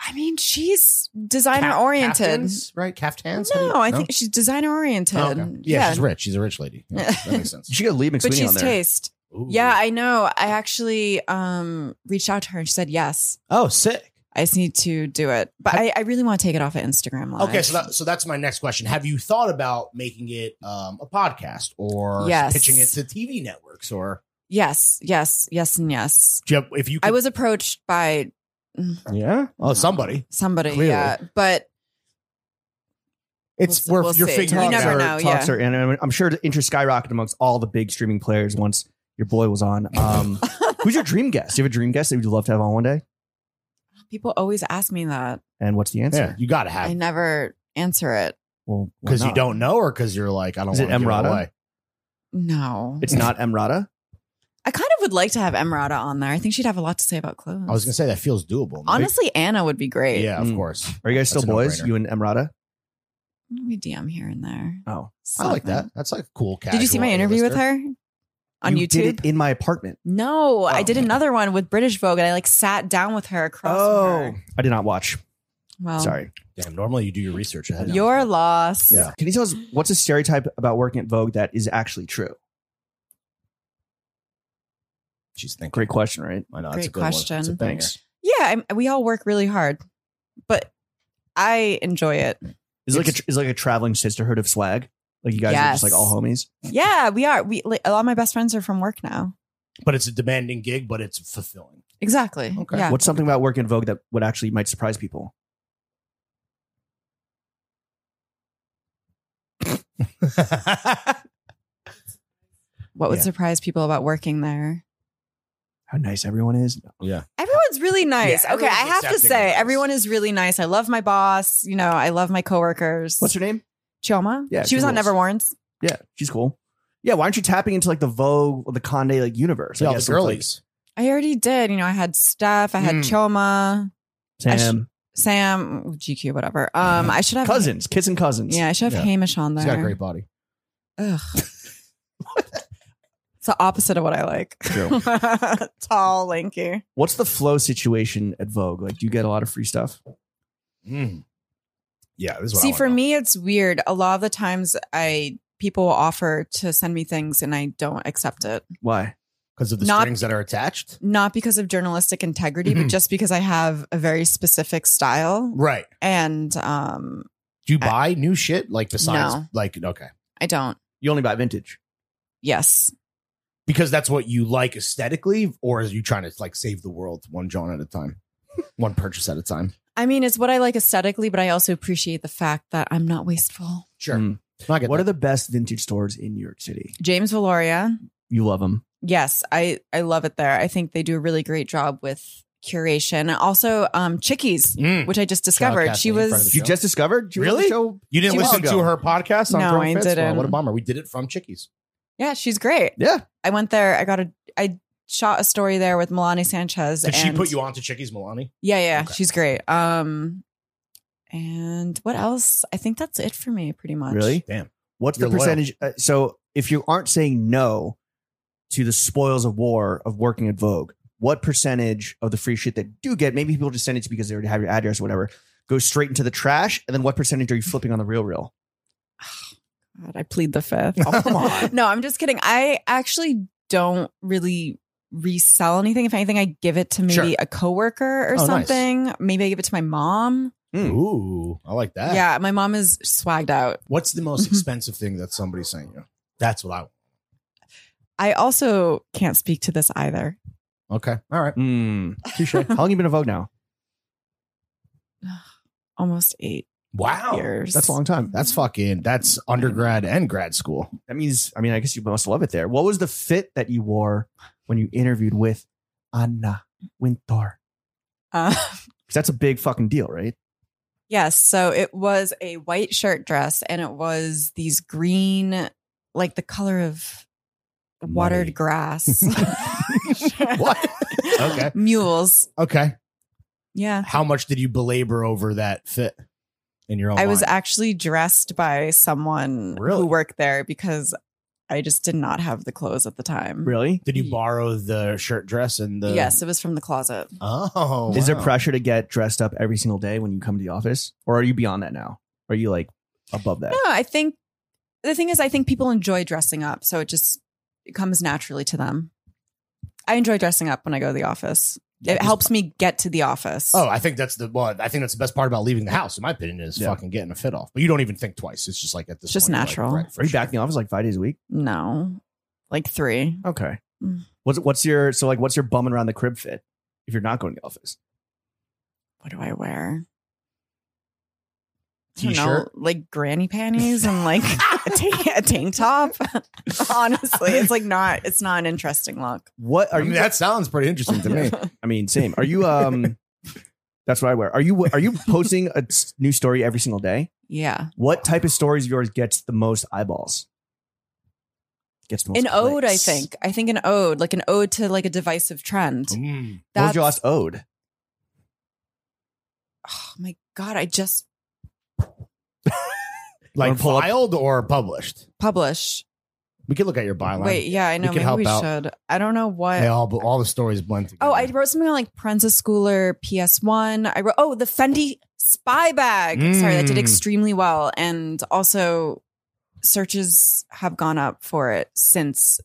I mean, she's designer Cap- oriented. caftans, right? Caftans. How do you- No, I think she's designer oriented. Oh, okay. yeah, she's rich. She's a rich lady. Yeah, that [laughs] makes sense. She got Lee but McSweeney she's on there. taste. Ooh. Yeah, I know. I actually um reached out to her and she said yes. Oh, sick. I just need to do it, but I, I really want to take it off of Instagram Live. Okay, so that, so that's my next question. Have you thought about making it um, a podcast or Yes. pitching it to TV networks or yes, yes, yes, and yes. Do you have- if you? Could, I was approached by Yeah. oh somebody. somebody, Clearly. yeah, but [laughs] It's We'll- where we'll you're see. figuring You never out. know. Talks yeah. are, and I'm- I'm sure the interest skyrocketed amongst all the big streaming players once your boy was on. Um, who's your dream guest? Do you have a dream guest that you'd love to have on one day? people always ask me that. And what's the answer? Yeah, you got to I have never answer it. Well, why because you not? don't know or because you're like I don't. Is it wanna give Emrata? away. No, It's not [laughs] Emrata. I kind of would like to have Emrata on there. I think she'd have a lot to say about clothes. I was gonna say that feels doable. man. Honestly, Anna would be great. yeah, of Mm. course. Are you guys still That's a boys? no-brainer. You and Emrata? We DM here and there. Oh, I like that. Something. That's like cool. Casual Did you see my interview with A-lister. her on You YouTube? did it in my apartment. No, I Oh. did another one with British Vogue, and I like sat down with her across. Oh, from her. Oh. I did not watch. well, Sorry. Damn, normally you do your research ahead. your loss. Yeah. Can you tell us what's a stereotype about working at Vogue that is actually true? She's thinking. Great question, right? I know, Great it's a good one. question. It's a banger. Thanks. Yeah, I'm, we all work really hard, but I enjoy it. Is it like a, is it like a traveling sisterhood of swag? Like you guys are Yes. just like all homies. Yeah, we are. We like, a lot of my best friends are from work now. But it's a demanding gig, but it's fulfilling. [laughs] Exactly. Okay. Yeah. What's something about working at Vogue that would actually might surprise people? What would Yeah. surprise people about working there? How nice everyone is. Everyone's really nice. okay, I everyone's have to accepting say, of us. everyone is really nice. I love my boss. You know, I love my coworkers. What's her name? Choma? Yeah, she was she on rules. Never Warns. Yeah, she's cool. Yeah, why aren't you tapping into like the Vogue, or the Condé like universe? I Yeah, all the guess, girlies. I already did. You know, I had Steph, I had Mm. Choma, Like, I sh- Sam, Sam, GQ, whatever. Um, I should have cousins, kissing cousins. Yeah, I should have Yeah. Hamish on He's got there. a great body. Ugh. it's the opposite of what I like. [laughs] [laughs] True. Tall, lanky. What's the flow situation at Vogue? Like, do you get a lot of free stuff? Mm. Yeah, this is what I See, wanna for know. me, it's weird. A lot of the times, I people will offer to send me things, and I don't accept it. Why? because of the not- strings that are attached. not because of journalistic integrity, Mhm. but just because I have a very specific style. Right. And um, Do you buy new shit like besides No. like okay I don't. You only buy vintage. Yes. because that's what you like aesthetically, or are you trying to like save the world one John at a time, [laughs] one purchase at a time? I mean, it's what I like aesthetically, but I also appreciate the fact that I'm not wasteful. Sure. Mm. I get What that. are the best vintage stores in New York City? James Valoria. You love them. Yes, I, I love it there. I think they do a really great job with curation. Also, um, Chickies, Mm. which I just discovered. She Kathleen in front of was the You just discovered? Did you Really? watch the show? You didn't Two listen months to ago. her podcast on No, Pro I Fits? Well, didn't. what a bummer. We did it from Chickies. yeah, she's great. Yeah. I went there. I got a I shot a story there with Milani Sanchez. Did she and- put you on to Chickies, Milani? Yeah, yeah, Okay. she's great. Um, and what else? I think that's it for me, pretty much. Really? Damn. What's You're the loyal. percentage? Uh, so, if you aren't saying no to the spoils of war of working at Vogue, what percentage of the free shit that do get, maybe people just send it to you because they already have your address or whatever, goes straight into the trash? And then what percentage are you flipping on the real reel? God, I plead the fifth. [laughs] Oh, come on. [laughs] [laughs] no, I'm just kidding. I actually don't really resell anything. If anything, I give it to maybe Sure. a coworker or Oh, nice. something. Maybe I give it to my mom. Mm. Ooh, I like Ah. that. Hmm. Yeah, my mom is swagged out. [laughs] What's the most expensive thing that somebody sent you? That's what I want. I also can't speak to this either. Okay. All Hmm. right. Mm. Touche. How long you been in Vogue now? Almost eight Wow. years. Oh, That's a long time. That's fucking. That's undergrad and grad school. That means, I mean, I guess you must love it there. What was the fit that you wore when you interviewed with Anna Wintour? Uh, [laughs] 'Cause that's a big fucking deal, right? yes. So it was a white shirt dress and it was these green, like the color of watered Muddy. grass. [laughs] What? Okay. Mules. Okay. Yeah. How much did you belabor over that fit in your own? I was mind? actually dressed by someone Oh, Really? who worked there because I just did not have the clothes at the time. Really? Did you borrow the shirt dress and the? yes, it was from the closet. Oh. Is there wow. pressure to get dressed up every single day when you come to the office? Or are you beyond that now? Are you like above that? No, I think the thing is, I think people enjoy dressing up, so it just it comes naturally to them. I enjoy dressing up when I go to the office. Yeah, it just- helps me get to the office. Oh, I think that's the well. I think that's the best part about leaving the house, in my opinion, is Yeah. fucking getting a fit off. But you don't even think twice. It's just like at this. It's just point, you're like, natural. right, for Are you sure. back in the office like five days a week? no, like three. Okay. Mm. What's what's your so like what's your bumming around the crib fit if you're not going to the office? What do I wear? I don't know, T-shirt. like granny panties and [laughs] like a, tank, a tank top. [laughs] Honestly, it's like not. It's not an interesting look. What I are mean, you? that sounds pretty interesting [laughs] to me. I mean, same. Are you? [laughs] Um, that's what I wear. Are you? Are you posting a s- new story every single day? [laughs] yeah. What type of stories of yours gets the most eyeballs? Gets the most An ode, I clicks. think. I think an ode, like an ode to like a divisive trend. Mm. What was That's your last ode? oh my god, I just Like Wanna pull up- filed or published. publish. We could look at your byline. Wait, yeah, I know. can Maybe help we out. should. I don't know what. They all, all the stories blend together. oh, I wrote something on like Prensa Schooler PS1. I wrote oh the Fendi spy bag. Sorry, that did Mm. extremely well, and also searches have gone up for it since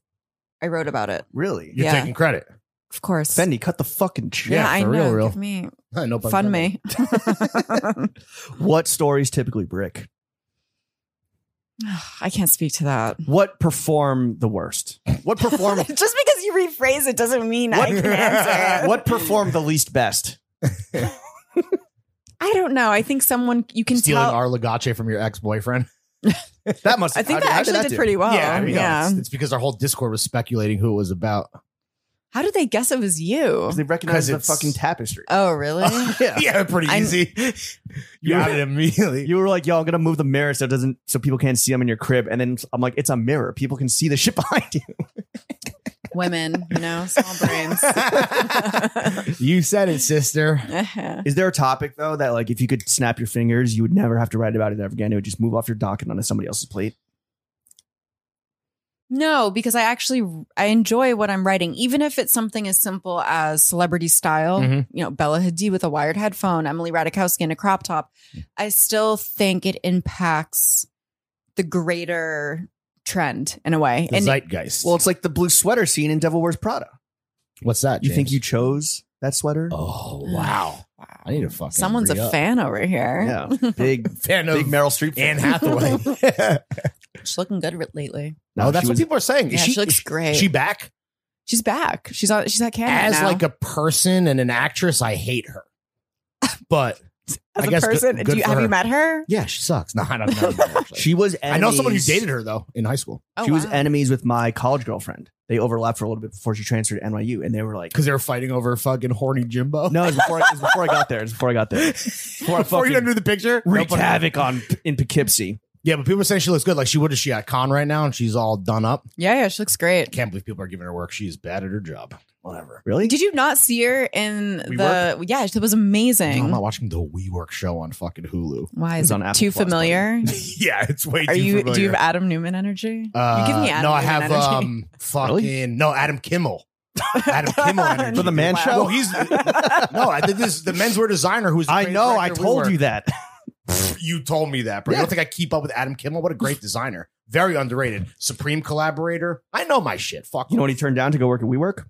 I wrote about it. Really? You're yeah. taking credit. [laughs] Of course, Fendi, cut the fucking shit. Yeah, I for real, know. real. Give me no pun fund intended. me. [laughs] What stories typically brick? [laughs] I can't speak to that. What perform the worst? What perform? Just because [laughs] you rephrase it doesn't mean I can [laughs] answer it. what performed the least best? I don't know. I think someone you can Stealing tell. our Legace from your ex [laughs] boyfriend. That must. I think how that how actually did, do? pretty well. Yeah. I mean, no, it's, it's because our whole Discord was speculating who it was about. How did they guess it was you? [laughs] 'Cause They recognize 'Cause the it's- fucking tapestry. Oh, really? [laughs] [laughs] yeah. pretty I'm- easy. [laughs] you Yeah. got it immediately. [laughs] You were like, "Yo, I'm gonna move the mirror so it doesn't, so people can't see them in your crib." And then I'm like, "It's a mirror. People can see the [laughs] shit behind you." Women, you know, small [laughs] brains. you said it, sister. Is there a topic though that, like, if you could snap your fingers, you would never have to write about it ever again? It would just move off your docket onto somebody else's plate. no, because I actually I enjoy what I'm writing, even if it's something as simple as celebrity style. Mhm. You know, Bella Hadid with a wired headphone, Emily Radikowski in a crop top. I still think it impacts the greater trend in a way. The zeitgeist. Well, it's like the blue sweater scene in Devil Wears Prada. What's that? You think James? you chose that sweater? Oh wow! wow. I need to fucking. Someone's a re-up. fan over here. Yeah, big, Fan big of Meryl Streep. Anne fan. Hathaway. [laughs] She's looking good lately. [laughs] No, no, that's she what was- people are saying. Is Yeah, she, looks is great. She back she's back. She's on. She's at Canada as now. like a person and an actress. I hate her, but as I a guess good- person. good Do you, for have her. you met her? yeah, she sucks. No, I don't know. [laughs] actually. She was. Enemies, I know someone who dated her though in high school Oh, she was wow. enemies with my college girlfriend. They overlapped for a little bit before she transferred to NYU, and they were like, because they were fighting over fucking horny Jimbo. [laughs] No, it's before, it was before I got there. It's before I got [laughs] there. before, I you fucking under the picture, Wreaked No pun- havoc on in Poughkeepsie. Yeah, but people are saying she looks good. Like she what is she at con right now and she's all done up. Yeah, yeah. She looks great. Can't believe people are giving her work. She is bad at her job. Whatever. Really? Did you not see her in We the? Yeah, it was amazing. I'm not watching the WeWork show on fucking Hulu. [laughs] It Why was is on it Apple too Plus, familiar? yeah, it's way [laughs] Are too you? familiar. Do you have Adam Newman energy? Uh, you give me Adam no, I Newman have energy. [laughs] um fucking no Adam Kimmel. Adam [laughs] Kimmel energy. For the man Wow. show? [laughs] Well, he's no. I did this. The menswear designer who's. the I creative know. I director of told WeWork. you that. [laughs] [laughs] You told me that, bro. You don't think I keep up with Adam Kimmel? What a great designer. Very underrated. Supreme collaborator. I know my shit. Fuck. You know when he turned down to go work at WeWork?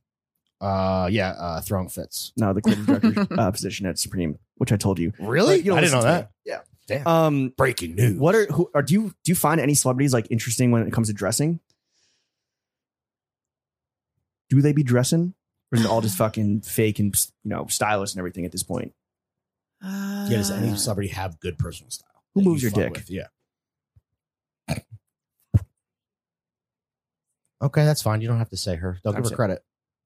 Uh, yeah. Uh, throwing fits. No, the creative [laughs] director uh, position at Supreme, which I told you. Really? But you don't I didn't know listen to that. me. Um, Breaking news. what are who are do you do you find any celebrities like interesting when it comes to dressing? do they be dressing? Or is it [sighs] all just fucking fake and you know stylish and everything at this point? Uh, Yeah, does any celebrity have good personal style? Who that moves you your fuck dick? with? Yeah. Okay, that's fine. You don't have to say her. Don't I'm give her saying- credit.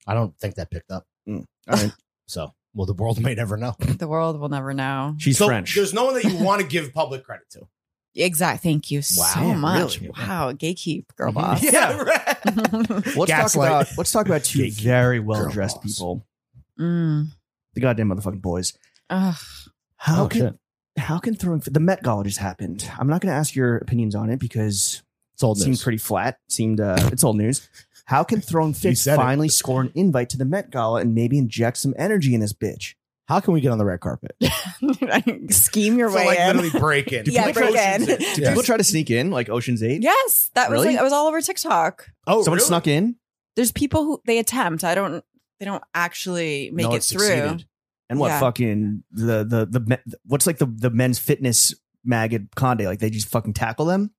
I don't think that picked up. All right. So, well, the world [laughs] may never know. the world will never know. [laughs] She's so French. There's no [laughs] one that you want to give public credit to. Exact. Thank you so Wow, much. really? Wow, gatekeep, girl boss. [laughs] Yeah. [laughs] Mm-hmm. [laughs] Let's talk Gaslight. about let's talk about two Gatekeep. very well dressed boss. people. [laughs] mm. The goddamn motherfucking boys. Ugh. [laughs] How Oh, can how can throwing the Met Gala just happened? I'm not going to ask your opinions on it because It's old it seemed news. pretty flat. Seemed uh, it's old news. How can [laughs] throwing fits said it. finally score an invite to the Met Gala and maybe inject some energy in this bitch? How can we get on the red carpet? Scheme your way like in. literally [laughs] break in. Yeah, break in. Did Yeah. people try to sneak in like Ocean's Eight? Yes, that was Really? like it was all over TikTok. Oh, Someone really? snuck in There's people who they attempt. I don't. They don't actually make No one it [laughs] through. succeeded. and what Yeah. fucking the the the me- what's like the the men's fitness mag at Conde? Like they just fucking tackle them.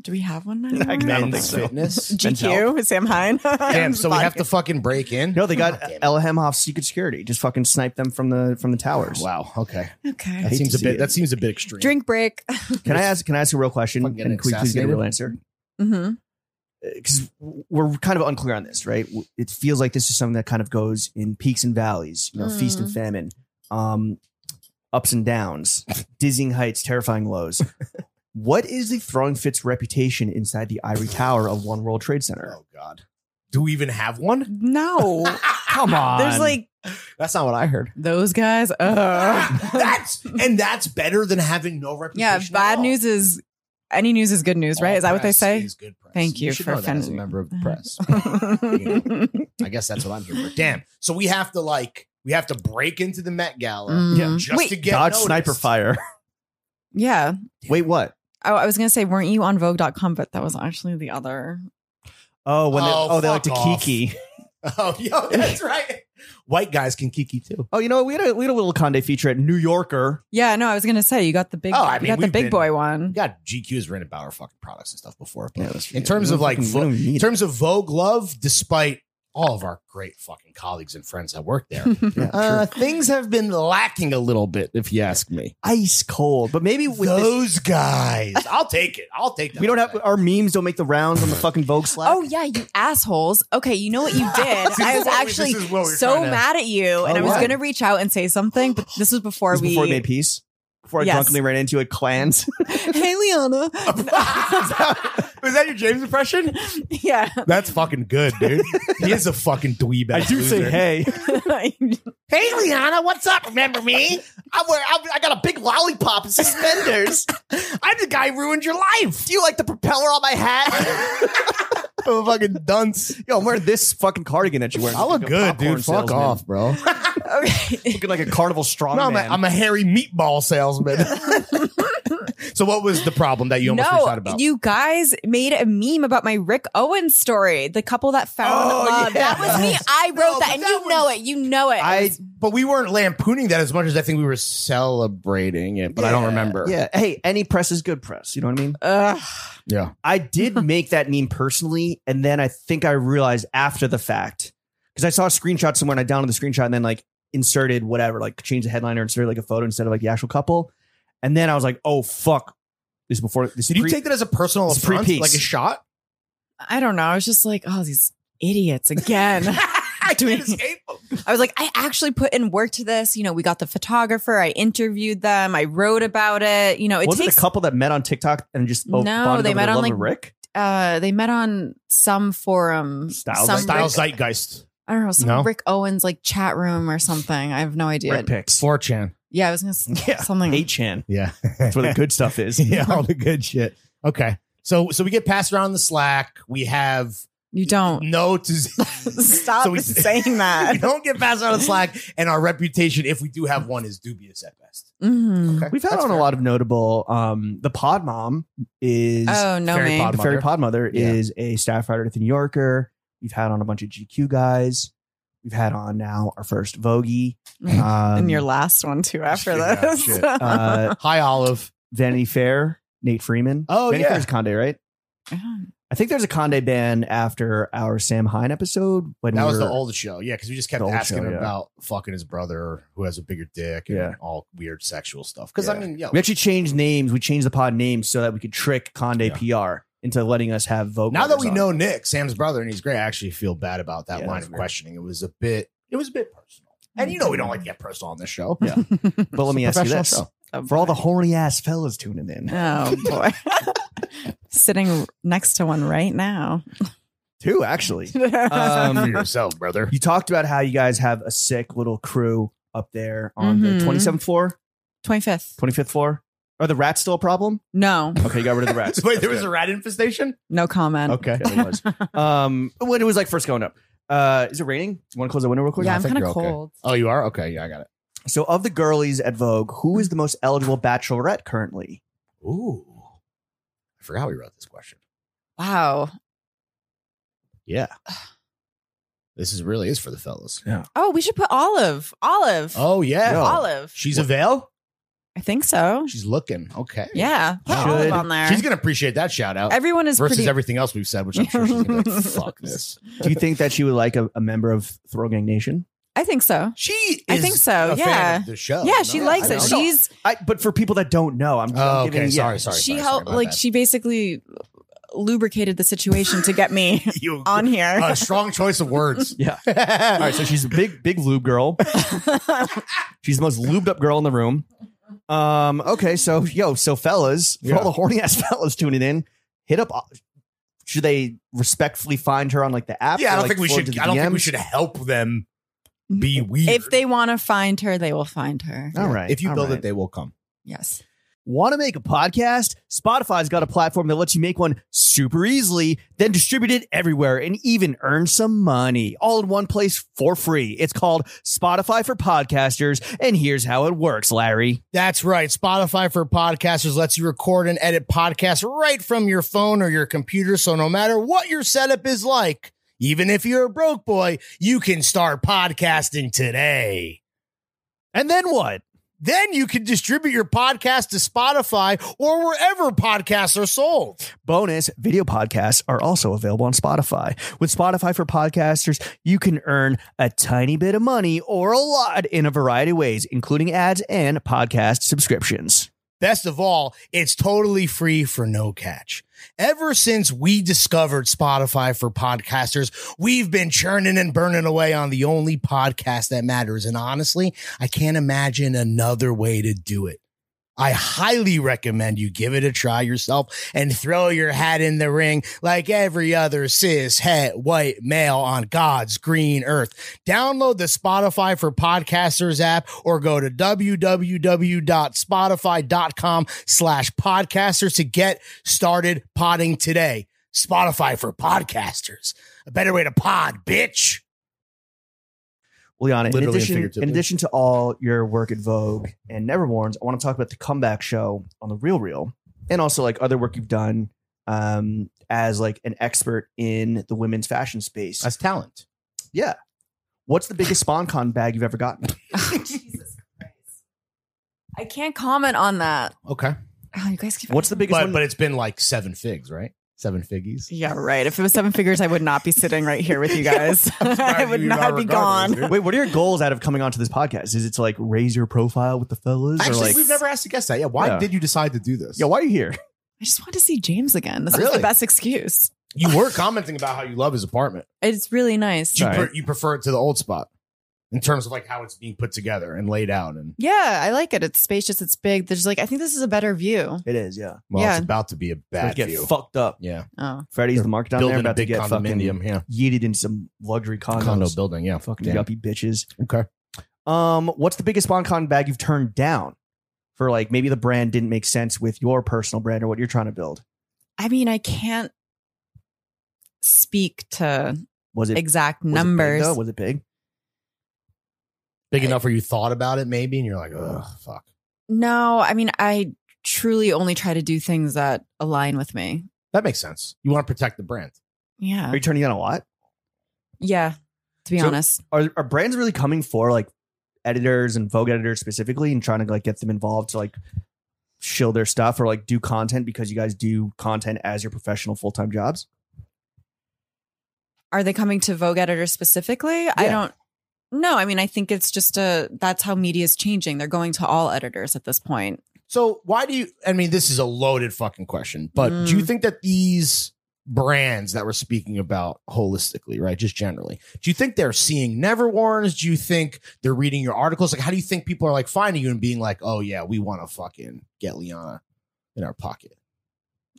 Do we [laughs] have one now? I don't Men's think so. [laughs] fitness. Men's health. GQ with Sam Hine. [laughs] Damn, so we have to fucking break in. No, they got God damn it. El Hemhoff's secret security. Just fucking snipe them from the from the towers. Wow. Okay. Okay. That hate seems to a see bit. it. That seems a bit extreme. Drink break. Can I ask? Can I ask a real question? Fucking And can we please get a real answer? hmm Because we're kind of unclear on this, right? W- It feels like this is something that kind of goes in peaks and valleys, you know, feast and famine, um, ups and [laughs] downs, dizzying heights, terrifying lows. what is the throwing fits reputation inside the ivory tower of One World Trade Center? Oh God. Do we even have one? [laughs] No. Come on, There's like That's not what I heard. those guys. [laughs] that's and that's better than having no reputation. yeah. at Bad all. news is any news is good news, right? All Is that what they press say? is good press. Thank you should for know that as a offending- member of the [laughs] press. I guess that's what I'm here for. Damn. So we have to like we have to break into the Met Gala Mm. just Wait. to get Dodge noticed. sniper fire. [laughs] [laughs] yeah. Wait, what? Oh, I was gonna say, weren't you on Vogue.com? But that was actually the other. Oh, when they, Oh, oh they like fuck to off. kiki. [laughs] Oh, yo, [laughs] that's right. White guys can kiki too. [laughs] Oh, you know, we had a, we had a little Conde feature at New Yorker. Yeah, no, I was gonna say you got the big. Oh, I you mean, got the we've big been- boy We one. got GQ's written about our fucking products and stuff before. but that's- in terms of like we Vo- don't need in it. terms of Vogue love, despite all of our great fucking colleagues and friends that work there, Yeah, uh, sure. things have been lacking a little bit, if you ask me. ice cold. But maybe with this, Those guys, [laughs] I'll take it. I'll take that. we don't have [laughs] our memes don't make the rounds on the fucking Vogue Slack. Oh yeah, you assholes. Okay, you know what [laughs] you did. This I is was what we- actually this is what we were so trying to- mad at you, and Oh, I was why? gonna reach out and say something, but this was before This is we. before we made peace. Before I Yes. drunkenly ran into a [laughs] clans. [laughs] hey, Liana. [laughs] Was that your James impression? yeah. [laughs] That's fucking good, dude. He is a fucking dweeb. ass loser. hey. [laughs] hey, Liana, what's up? Remember me? I wear, I, I got a big lollipop and suspenders. [laughs] I'm the guy who ruined your life. Do you like the propeller on my hat? [laughs] I'm a fucking dunce. Yo, I'm wearing this fucking cardigan that you wear. I Like look a good, popcorn dude. Fuck salesman. off, bro. okay. Looking like a carnival strongman. No, I'm a, I'm a hairy meatball salesman. so, what was the problem that you almost reached out No, about? you guys made a meme about my Rick Owens story, the couple that found Oh, love. yeah. That was me. I wrote No, that, but and that you was- know it. You know it. I, but we weren't lampooning that as much as I think we were celebrating it. But I don't Yeah, remember. Yeah. Hey, any press is good press. You know [laughs] what I mean? Ugh. yeah. I did make that meme personally, and then I think I realized after the fact because I saw a screenshot somewhere and I downloaded the screenshot and then like inserted whatever, like changed the headline or inserted like a photo instead of like the actual couple, and then I was like, oh fuck, this is before this. is Did you pre- take that as a personal It's free affront, piece. like a shot? I don't know. I was just like, oh, these idiots again. [laughs] I Doing- escape. I was like, I actually put in work to this. You know, we got the photographer. I interviewed them. I wrote about it. You know, it was takes. it a couple that met on TikTok and just No, bonded they over met their on, love like, of Rick? uh, they met on some forum. Style- some style Rick- Zeitgeist. I don't know. Some No? Rick Owens like chat room or something. I have no idea. Rick pics, 4chan. Yeah, I was gonna say [laughs] Yeah. something. eight chan. Yeah. That's where the [laughs] good stuff is. yeah, all the good shit. Okay. So so we get passed around the slack. We have you don't no to stop So we- saying [laughs] we that. don't get passed around the slack, and our reputation, if we do have one, is dubious at best. Mhm. Okay. We've had That's on fair. a lot of notable. Um, the Pod Mom is Oh no, Very man. pod- the Fairy Mother. Pod Mother Yeah. is a staff writer at the New Yorker. We've had on a bunch of GQ guys. We've had on now our first [laughs] Vogue, um, [laughs] [laughs] and your last one too. After yeah, this, [laughs] shit. uh, [laughs] Hi, Olive. Vanity Fair, Nate Freeman. Oh, Vanity yeah. Fair's Conde, right? I think there's a Conde ban after our Sam Hine episode. When That we was the were- old show. Yeah, because we just kept The old asking show, him yeah. about fucking his brother who has a bigger dick and Yeah. all weird sexual stuff. Because I Yeah. mean, yo, We actually changed names. We changed the pod name so that we could trick Conde Yeah. PR into letting us have vote. now that getters we on. know Nick, Sam's brother, and he's great, I actually feel bad about that Yeah, line that's of weird. Mm. questioning. It was a bit it was a bit personal. And you know we [laughs] don't like to get personal on this show. [laughs] Yeah. but let me ask you Professional this: show. Oh, for all the boy. horny ass fellas tuning in, [laughs] Oh boy. [laughs] Sitting next to one right now. two [laughs] actually. For Um, [laughs] yourself, brother. you talked about how you guys have a sick little crew up there on Mhm. the 27th floor, 25th. 25th floor. Are the rats still a problem? No, Okay, you got rid of the rats. [laughs] Wait, That's there was good. a rat infestation? no comment. Okay. Yeah, it was. um, when it was like first going up. Uh, is it raining? Do you want to close the window real quick? Yeah, I I'm think kind of you're okay. cold. Oh, you are? Okay, yeah, I got it. So, of the girlies at Vogue, who is the most eligible bachelorette currently? Ooh. I forgot we wrote this question. Wow. Yeah. This is really is for the fellas. Oh, we should put Olive. Olive. Oh yeah. Yo. Olive. She's a veil? I think so. She's looking. Okay. Yeah. Put Should- Olive on there. She's gonna appreciate that shout out. Everyone is versus pretty. everything else we've said, which I'm sure she's gonna be [laughs] like, fuck this. Do you think that she would like a, a member of Throw Gang Nation? I think so. She I is think so, a fan yeah. of the show. yeah, she Oh, No, likes I it. know. So- She's I, but for people that don't know, I'm, Oh, I'm okay. giving yeah. Sorry, sorry. she sorry, helped sorry, my like bad. she basically lubricated the situation to get me [laughs] [laughs] You- on here. uh, strong choice of words. Yeah. All [laughs] yeah. right, so she's a big, big lube girl. She's the most lubed up girl in the room. Um, okay, so yo, so fellas, for Yeah. all the horny ass [laughs] fellas tuning in, hit up. uh, Should they respectfully find her on like the app? I or, don't like, think we forward to should. the I don't think we DMs? should help them be [laughs] weird. if they want to find her, they will find her. All right, if you all build right. it, they will come. Yes. Want to make a podcast? Spotify's got a platform that lets you make one super easily, then distribute it everywhere and even earn some money all in one place for free. It's called Spotify for Podcasters. And here's how it works, Larry. That's right. Spotify for podcasters lets you record and edit podcasts right from your phone or your computer. So no matter what your setup is like, even if you're a broke boy, you can start podcasting today. And then what? Then you can distribute your podcast to Spotify or wherever podcasts are sold. Bonus video podcasts are also available on Spotify. With Spotify for podcasters, you can earn a tiny bit of money or a lot in a variety of ways, including ads and podcast subscriptions. Best of all, it's totally free for no catch. Ever since we discovered Spotify for podcasters, we've been churning and burning away on the only podcast that matters. And honestly, I can't imagine another way to do it. I highly recommend you give it a try yourself and throw your hat in the ring like every other cis, het, white male on God's green earth. Download the Spotify for Podcasters app or go to www.spotify.com slash podcasters to get started podding today. Spotify for podcasters. A better way to pod, bitch. Well, Yana, in Literally and addition, figuratively. in addition to all your work at Vogue and Neverwarns, I want to talk about the comeback show on the Real Real and also like other work you've done um, as like an expert in the women's fashion space. talent. What's the biggest SpawnCon bag you've ever gotten? Jesus Christ. [laughs] I can't comment on that. Okay. Oh, you guys keep. What's the biggest But one? but it's been like seven figs, right? Seven figgies. yeah, right. If it was seven figures, I would not be sitting right here [laughs] with you guys. [laughs] [laughs] I would not be gone. Wait, what are your goals out of coming onto this podcast? Is it to like raise your profile with the fellas? Actually, or like, we've never asked a guest that. Yeah. Why Yeah. did you decide to do this? yeah, why are you here? I just want to see James again. This is Really? the best excuse. you were commenting about how you love his apartment. It's really nice. You, Sorry. pre- you prefer it to the old spot in terms of like how it's being put together and laid out. And Yeah, I like it. It's spacious. It's big. There's like, I think this is a better view. It is, yeah. well, Yeah. it's about to be a bad get view. fucked up. yeah. Oh, Freddy's the market down Building there a about to big get condominium. fucking Yeah. yeeted in some luxury condos. Condo building. Yeah. fucking Damn. yuppie bitches. Okay. Um, what's the biggest SpawnCon bag you've turned down for like maybe the brand didn't make sense with your personal brand or what you're trying to build? I mean, I can't speak to Was it was exact it big, numbers. though? was it big? Big enough where you thought about it maybe and you're like, oh, fuck. no, I mean, I truly only try to do things that align with me. That makes sense. You want to protect the brand. Yeah. Are you turning down a lot? Yeah. To be So- honest. Are are brands really coming for like editors and Vogue editors specifically and trying to like get them involved to like shill their stuff or like do content because you guys do content as your professional full time jobs? are they coming to Vogue editors specifically? I Yeah. don't know. I mean, I think it's just a that's how media is changing. They're going to all editors at this point. So why do you? I mean, this is a loaded fucking question, but do you Mm. think that these brands that we're speaking about holistically, right, just generally, do you think they're seeing Never Warns? Do you think they're reading your articles? Like, how do you think people are like finding you and being like, oh yeah, we want to fucking get Liana in our pocket?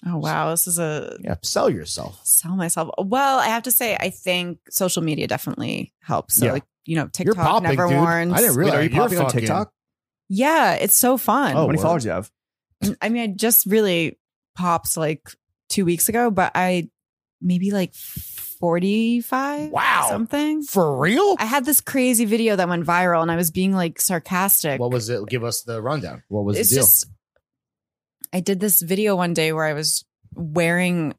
Oh wow, this is a Yeah, sell yourself. sell myself. Well, I have to say, I think social media definitely helps. So Yeah. like you know, You're TikTok popping, never dude. warns. I didn't Wait, realize are you you're popping on fucking- TikTok? yeah, it's so fun. How Oh, many word. followers do you have? I mean, I just really popped like two weeks ago, but I maybe like 45 Wow. something. For real? I had this crazy video that went viral and I was being like sarcastic. What was it? Give us the rundown. What was it's the deal? just, I did this video one day where I was wearing,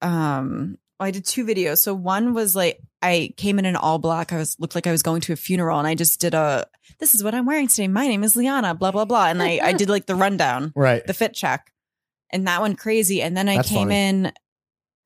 um, well, I did two videos. So one was like, I came in in all black. I was looked like I was going to a funeral, and I just did a. This is what I'm wearing today. My name is Liana. Blah blah blah, and I I did like the rundown right. the fit check and that went crazy and then i That's came funny. in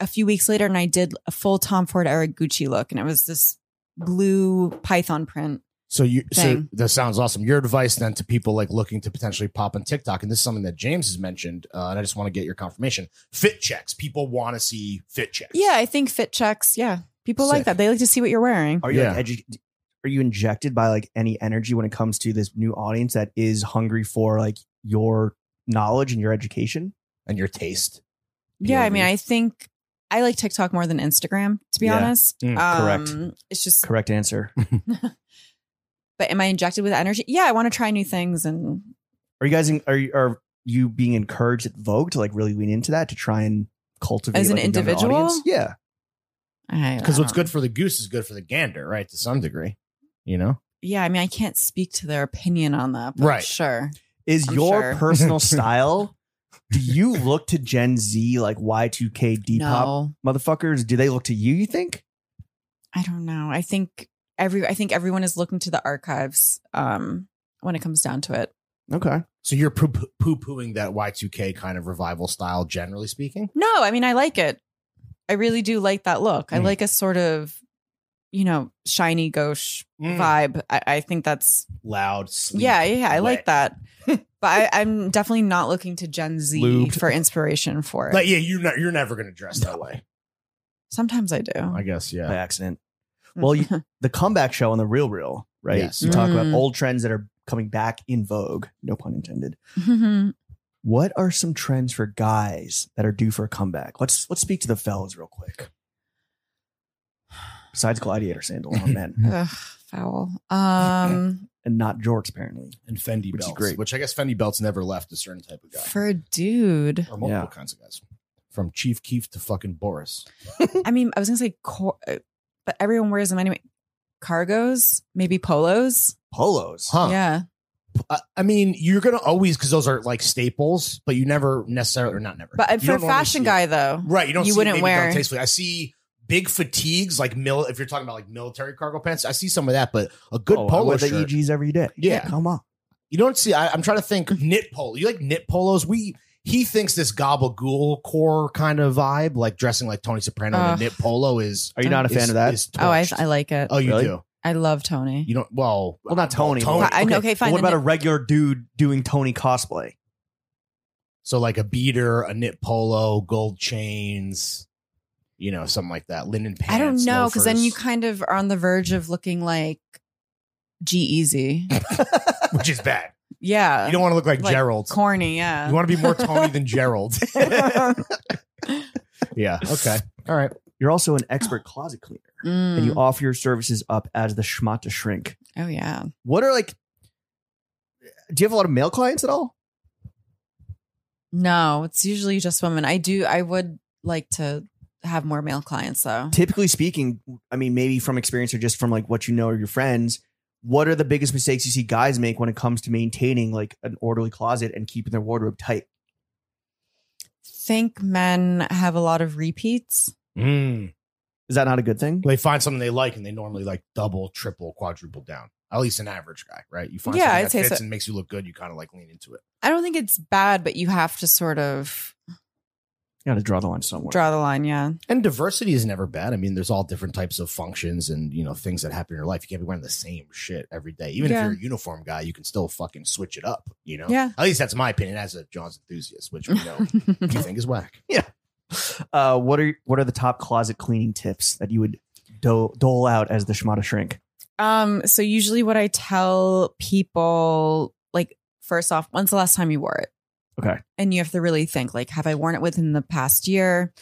a few weeks later and i did a full tom ford eric gucci look and it was this blue python print So you so thing. that sounds awesome. Your advice then to people like looking to potentially pop on TikTok, and this is something that James has mentioned, uh, and I just want to get your confirmation. Fit checks, people want to see fit checks. yeah i think fit checks yeah people Sick. like that they like to see what you're wearing Are you Yeah. like, edu- are you injected by like any energy when it comes to this new audience that is hungry for like your knowledge and your education? and your taste. yeah i POV. mean i think i like tiktok more than instagram to be Yeah. honest Um, Mm, correct. it's just Correct answer. but am i injected with energy yeah i want to try new things and Are you guys in, are you, are you being encouraged at Vogue to like really lean into that to try and cultivate As an like, a younger individual? audience? Yeah, Because Uh-huh. what's good for the goose is good for the gander, right? To some degree, you know. yeah i mean i can't speak to their opinion on that but Right. sure is I'm your sure. [laughs] personal style? Do you look to Gen Z like Y two K Depop no motherfuckers? Do they look to you? You think? I don't know. I think every I think everyone is looking to the archives um when it comes down to it. Okay. So you're poo pooing that Y two K kind of revival style, generally speaking. No, I mean I like it. I really do like that look. I Mm. like a sort of you know, shiny gauche Mm. vibe. I, I think that's Loud, Mm. sleek, yeah, yeah, I like wet. that. [laughs] but I, I'm definitely not looking to Gen Z Lubed. for inspiration for it. Like yeah, you're not, you're never gonna dress that way. Sometimes I do. I guess By yeah. accident. Well, you, the comeback show on the Real Real, right? Yes. You talk about Mm. old trends that are coming back in vogue. No pun intended. What are some trends for guys that are due for a comeback? Let's let's speak to the fellas real quick. Besides gladiator sandals on [laughs] men [laughs] Ugh, foul. [laughs] Um and not jorts, apparently. And Fendi Which is belts, great. which I guess Fendi belts never left a certain type of guy. for a dude. or multiple kinds of guys, from Chief Keef to fucking Boris. I mean, I was gonna say, cor- uh, but everyone wears them anyway. Cargos, maybe polos. Polos. Huh? Yeah, I, I mean, you're gonna always because those are like staples, but you never necessarily, or not never. but uh, you for a don't normally fashion see it. guy though, right? You don't. you see wouldn't it maybe done wear- tastefully. I see big fatigues like mil. If you're talking about like military cargo pants, I see some of that, but a good Oh, I polo wear the shirt. EGs every day. Yeah. Come on. You don't see. I, I'm trying to think knit polo. You like knit polos? We. He thinks this gabagool core kind of vibe, like dressing like Tony Soprano in Ugh. a knit polo, is. Are you not a fan is- of that? is oh, I, torched. I like it. oh, you Really? do. I love Tony. You don't. Well, uh, Well, not Tony. Tony. but- I- I know, okay, but fine, What then about a regular dude doing Tony [laughs] cosplay? So like a beater, a knit polo, gold chains, you know, something like that. Linen pants. I don't know because then you loafers, kind of are on the verge of looking like G Easy. which is [laughs] bad. yeah, You don't want to look like, like Gerald. corny. Yeah, You want to be more Tony than Gerald. yeah. Okay. All right. You're also an expert closet cleaner [laughs] Mm. and you offer your services up as the schmata shrink. oh yeah. What are like, do you have a lot of male clients at all? No, it's usually just women. I do. I would like to have more male clients though. Typically speaking, I mean, maybe from experience or just from like what you know or your friends, what are the biggest mistakes you see guys make when it comes to maintaining like an orderly closet and keeping their wardrobe tight? Think men have a lot of repeats. Mm. Is that not a good thing? They find something they like, and they normally like double, triple, quadruple down. At least an average guy, right? You find Yeah, something I'd that say fits so. and makes you look good. You kind of like lean into it. I don't think it's bad, but you have to sort of You got to draw the line somewhere. Draw the line, yeah. And diversity is never bad. I mean, there's all different types of functions and you know things that happen in your life. You can't be wearing the same shit every day. Even if Yeah. you're a uniform guy, you can still fucking switch it up. You know, Yeah. At least that's my opinion as a John's enthusiast, which we [laughs] know you think is whack. Uh, what are what are the top closet cleaning tips that you would dole, dole out as the schmata shrink? Um, so usually what I tell people, like, first off, when's the last time you wore it? Okay. And you have to really think, like, have I worn it within the past year?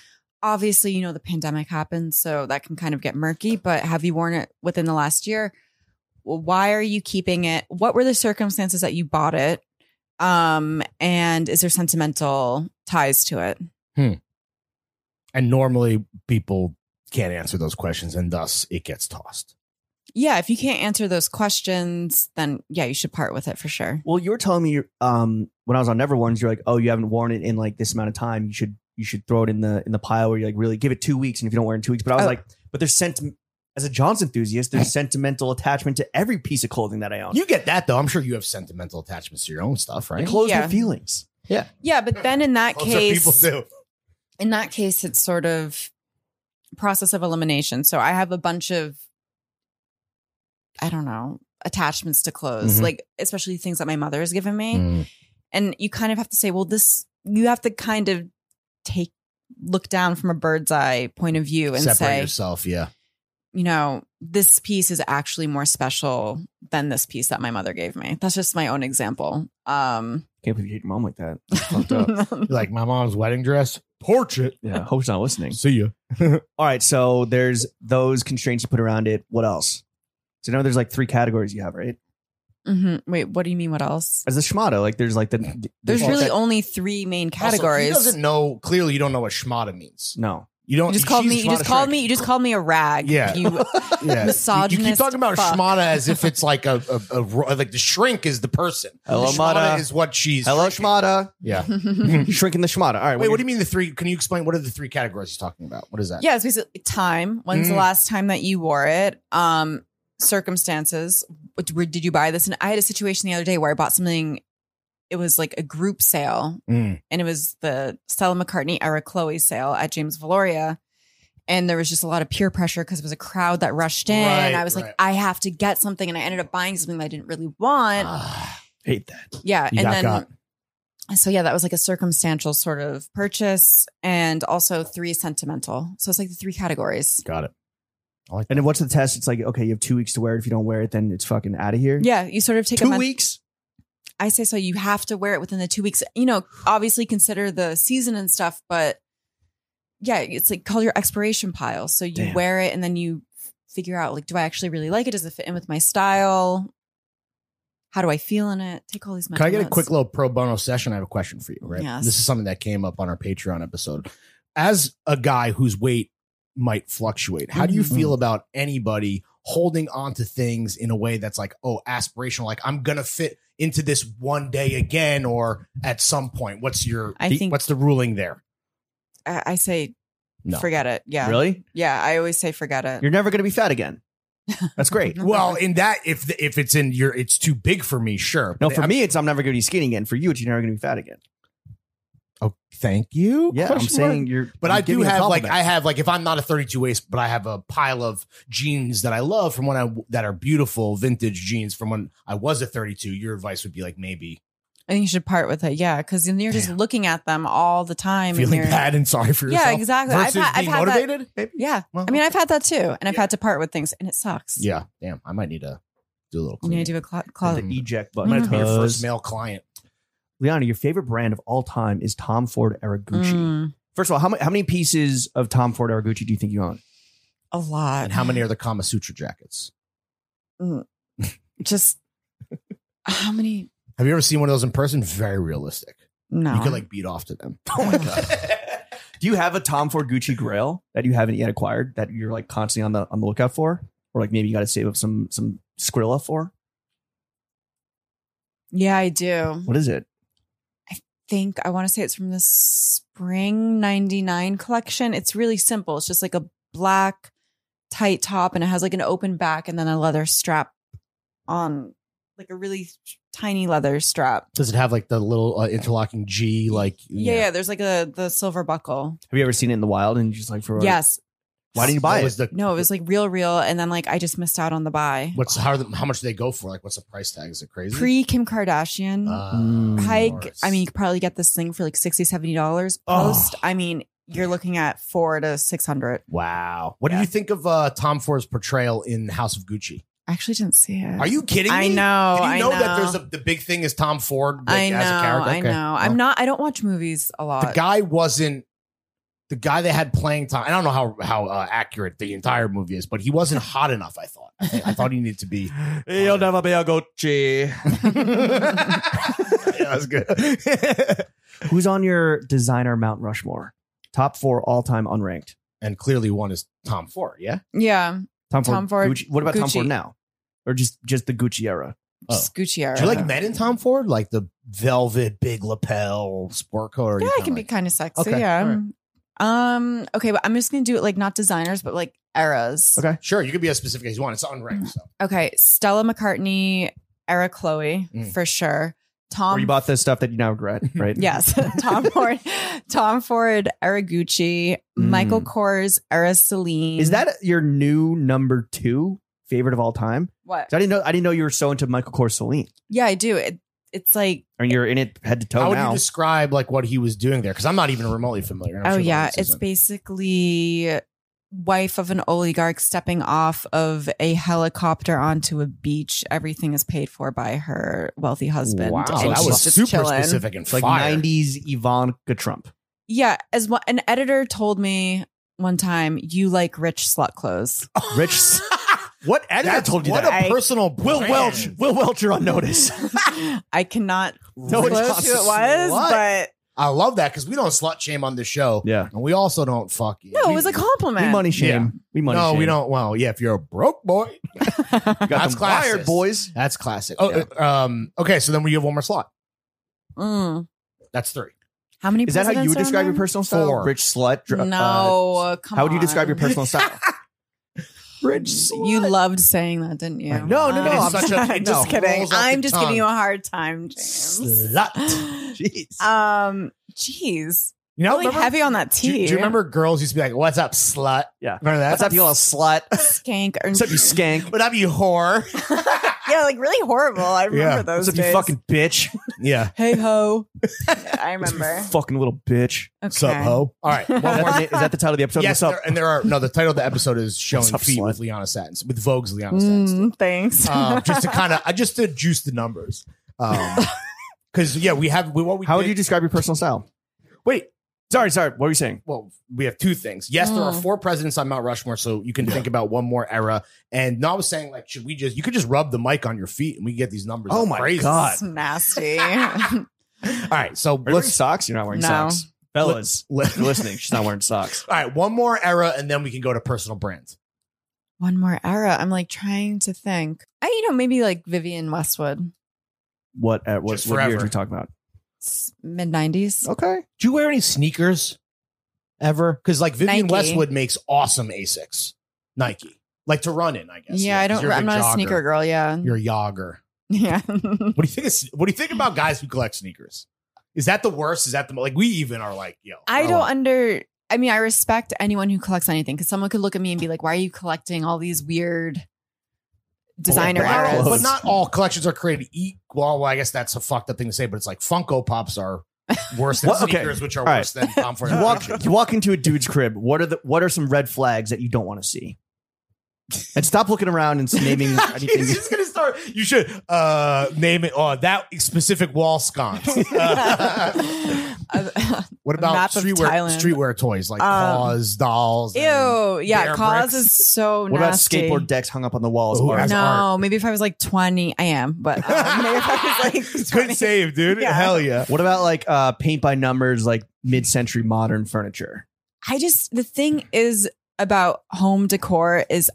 Obviously, you know, the pandemic happened, so that can kind of get murky, but have you worn it within the last year? Well, why are you keeping it? What were the circumstances that you bought it? Um, and is there sentimental ties to it? And normally people can't answer those questions, and thus it gets tossed. Yeah, if you can't answer those questions, then yeah, you should part with it for sure. Well, you were telling me you're, um, when I was on Never Ones, you're like, oh, you haven't worn it in like this amount of time. You should you should throw it in the in the pile where you like really give it two weeks, and if you don't wear it in two weeks, but I was Oh. like, but there's sent as a Johns enthusiast, [laughs] there's sentimental attachment to every piece of clothing that I own. You get that though. I'm sure you have sentimental attachments to your own stuff, right? clothes Yeah. with feelings. Yeah, but then in that Clothes that case, people do. in that case it's sort of process of elimination so i have a bunch of i don't know attachments to clothes Mhm. like especially things that my mother has given me Mm. and you kind of have to say well this you have to kind of take look down from a bird's eye point of view and Separate say yourself, yeah. you know this piece is actually more special than this piece that my mother gave me that's just my own example um Can't believe you hate your mom like [laughs] that. That's fucked [laughs] up. You're like my mom's wedding dress, portrait. Yeah, hope she's not listening. See you. [laughs] All right, so there's those constraints you put around it. What else? So now there's like three categories you have, right? Mhm. wait what do you mean what else As a schmata, like there's like the there's Well, really that- only three main Also, he categories doesn't know. Clearly, you don't know what schmata means. no. You don't. You just called Oh, she's me. You just schmata called shrink. me. You just called me a rag. Yeah. You, Yeah. You, you keep misogynist talking about fuck. schmata as if it's like a, a, a ro- like the shrink is the person. Hello, the schmata Mata. is what she's. Hello, shrinking. schmata. [laughs] Yeah. Shrinking the schmata. All right. Wait, what do you mean the three? Can you explain what are the three categories he's talking about? What is [laughs] that? yeah. It's basically time. When's the Mm. last time that you wore it? Um, circumstances. What- where Did you buy this? And I had a situation the other day where I bought something. It was like a group sale, Mm. and it was the Stella McCartney era Chloe sale at James Valoria. And there was just a lot of peer pressure because it was a crowd that rushed in. Right, I was right. like, I have to get something. And I ended up buying something that I didn't really want. Ah, hate that? Yeah. You and got then got. so yeah, that was like a circumstantial sort of purchase and also three sentimental. So it's like the three categories. Got it. I like And then what's the test? It's like okay, you have two weeks to wear it. If you don't wear it, then it's fucking out of here. Yeah, you sort of take a two month. weeks. I say so you have to wear it within the two weeks. You know, obviously consider the season and stuff, but yeah, it's like called your expiration pile. So you Damn. wear it and then you f- figure out like, do I actually really like it? Does it fit in with my style? How do I feel in it? Take all these. Can I mental get a notes. quick little pro bono session? I have a question for you, right? Yes. This is something that came up on our Patreon episode. As a guy whose weight might fluctuate, how do you Mm-hmm. Mhm. feel about anybody holding on to things in a way that's like, oh, aspirational, like I'm gonna fit into this one day again or at some point? What's your I the- think- what's the ruling there? I, I say, No. forget it. Yeah, Really? yeah. I always say, forget it. You're never gonna be fat again. That's [laughs] great. Well, in that if the, if it's in your it's too big for me, sure. No, But for I'm- me, it's I'm never gonna be skinny again. For you, it's you're never gonna be fat again. oh, thank you. Yeah, I'm Question mark. saying you're. But I'm i do giving a have like compliment. I have like if I'm not a 32 waist, but I have a pile of jeans that I love from when I that are beautiful vintage jeans from when I was a 32. Your advice would be like maybe I think you should part with it. Yeah, because then you're just Damn. looking at them all the time. feeling and you're, bad and sorry for yourself. Yeah, exactly. I've Versus had- I've being had that- motivated. Maybe. Yeah, Well, I mean, I've had that too, and I've Yeah. had to part with things, and it sucks. yeah, damn. I might need to do a little. you need Cleaning. to do a clo- Hit closet. the eject I button. might have to be your Because- first male client. Mm-hmm. Liana, your favorite brand of all time is Tom Ford Araguchi. Mm, First of all, how many, how many pieces of Tom Ford Araguchi do you think you own? a lot. And how many are the Kama Sutra jackets? Just how many? Have you ever seen one of those in person? Very realistic. No. You could like beat off to them. Oh my god. Do you have a Tom Ford Gucci Grail that you haven't yet acquired that you're like constantly on the on the lookout for, or like maybe you got to save up some some Skrilla for? yeah, I do. What is it? Think I want to say it's from the spring '99 collection. It's really simple. It's just like a black tight top, and it has like an open back, and then a leather strap on, like a really tiny leather strap. [laughs] Does it have like the little uh, interlocking G? Like Yeah, yeah. There's like a the silver buckle. Have you ever seen it in the wild and you're just like for Yes. Why didn't you buy What it? was the- No, it was like real, real, and then like I just missed out on the buy. What's how are the, how much do they go for? Like what's the price tag? Is it crazy? Pre Kim Kardashian Ah, Mm. of hike. course. I mean, you could probably get this thing for like 60 dollars. Oh. Post, I mean, you're looking at four to six hundred. wow. What do Yeah. you think of uh, Tom Ford's portrayal in House of Gucci? I actually didn't see it. Are you kidding me? I know. Did you I know, that there's a, the big thing is Tom Ford like, I know. as a character? I know. Okay. Oh. I'm not. I don't watch movies a lot. the guy wasn't the guy they had playing time. I don't know how how uh, accurate the entire movie is, but he [laughs] wasn't hot enough. I thought. I, think- I thought he needed to be. [laughs] You'll never be a Gucci. yeah, that's good. [laughs] [laughs] Who's on your designer Mount Rushmore? Top four all time unranked. and clearly, one is Tom Ford. Yeah. yeah, Tom Ford. Tom Ford, Gucci. What about Tom Gucci. Ford now? Or just just the Gucci era? just Gucci era. Oh. Do you like men in Tom Ford, like the velvet big lapel sport coat? Or Yeah, you I can be kinda kind of sexy. Okay, Yeah. all right. Um. Okay, but I'm just gonna do it like not designers, but like eras. Okay. Okay. like- sure. You can be as specific as you want. It's unranked. So Stella McCartney, era Chloe Mm. for sure. Or Tom. you bought the stuff that you now [laughs] regret, right? Um, yes, Tom Ford, Tom Ford, era Gucci, Michael Mm. Kors, era Celine. Is that your new number two favorite of all time? what? 'Cause I didn't know. I didn't know you were so into Michael Kors Celine, yeah, I do. It, it's like and you're in it head to toe how would now. you describe like what he was doing there? Because I'm not even remotely familiar. and I'm oh sure the yeah, audience it's isn't. basically wife of an oligarch stepping off of a helicopter onto a beach. Everything is paid for by her wealthy husband. Wow, and So that she's was just super chilling. specific and it's like fire. [laughs] '90s Ivanka Trump. Yeah, as one, an editor told me one time, you like rich [laughs] slut clothes. Rich. what editor That's- told you [laughs] what that? a I- personal Will brand. Welch. Will Welch, you're on notice. [laughs] I cannot No, it's disclose not who it was, slut. but I love that because we don't slut shame on the show, yeah. and we also don't fuck. you. no, We- it was a We compliment. money shame. Yeah. We money no, shame. we don't. Well, yeah, if you're a broke boy, We got That's them wired, classist. boys. that's classic. Oh, uh, um, okay. So then we have one more slot. [laughs] Mm. That's three. How many? Is that how you would presidents are on describe your there? personal style? Four. Rich slut. dr- uh, No, come how would you describe on. your personal [laughs] style? Rich slut. You loved saying that, didn't you? I know. No, no, no, Um, I'm such a- it just just kidding. rolls off I'm the just tongue. giving you a hard time, James. [gasps] Slut. Jeez. [laughs] Um, jeez, You know, really remember- heavy on that do, you- tea. do you remember girls used to be like, "What's up, slut"? Yeah. remember that? What's up, you little [laughs] slut? skank? Or, What's up, you skank? [laughs] What up, you whore? [laughs] yeah, like really horrible. I remember Yeah. those. What's up, you days. fucking bitch? yeah. hey [laughs] ho? I You remember. fucking little bitch. Okay. Sup, ho? All right. One Is that, more. the, na- is that the title of the episode? yes, What's up? there- and there are no. The title of the episode is "Showing What's up, Feet" slut? with Liana Satins with Vogue's Liana Satins. Mm, thanks. [laughs] um, just to kind of I just to juice the numbers. Um, Because yeah, we have we, what we How would did- you describe your personal style? wait? Sorry, sorry. What were you saying? Well, we have two things. Yes, there are Mm. four presidents on Mount Rushmore, so you can think about one more era. And now I was saying like, should we just you could just rub the mic on your feet and we get these numbers? Oh up my crazy. God. [laughs] It's nasty. All right, so Are you wearing let's socks? You're not wearing No. socks. Fellas, let, if you're listening, she's not wearing socks. [laughs] All right, one more era, and then we can go to personal brands. One more era. I'm like trying to think. I, you know, maybe like Vivian Westwood, What, uh, what, Just what year forever. are we talking about? mid '90s. Oh, Okay. Do you wear any sneakers ever? Because like Vivian Nike. Westwood makes awesome Asics, Nike, like to run in. I guess. Yeah, I 'cause don't. you're I'm big not a jogger. sneaker girl. Yeah, You're a jogger. [laughs] yeah. What do you think? Is, what do you think about guys who collect sneakers? Is that the worst? Is that the mo- like we even are like yo? I Oh, we're don't like- under. I mean, I respect anyone who collects anything because someone could look at me and be like, "Why are you collecting all these weird designer but not, all- eras?" but not all collections are created equal. Well, I guess that's a fucked up thing to say, but it's like Funko Pops are worse than What? Okay. sneakers, which are All worse than Tom Ford. You [laughs] walk, you walk into a dude's crib. What are the what are some red flags that you don't want to see? And stop looking around and naming [laughs] He's anything. just gonna start. You should uh name it. Oh, that specific wall sconce. Uh, [laughs] what about Map of streetwear? Thailand. Streetwear toys like Um, paws, dolls. [laughs] and- [laughs] Ew, yeah, Bear cause bricks. is so What about nasty. skateboard decks hung up on the walls? Ooh, Or- as no, art? maybe if I was like 20, I am, but um, maybe if I was like 20. [laughs] Good save, dude. Yeah. Hell yeah. What about like uh, paint by numbers, like mid century modern furniture? I just the thing is about home decor is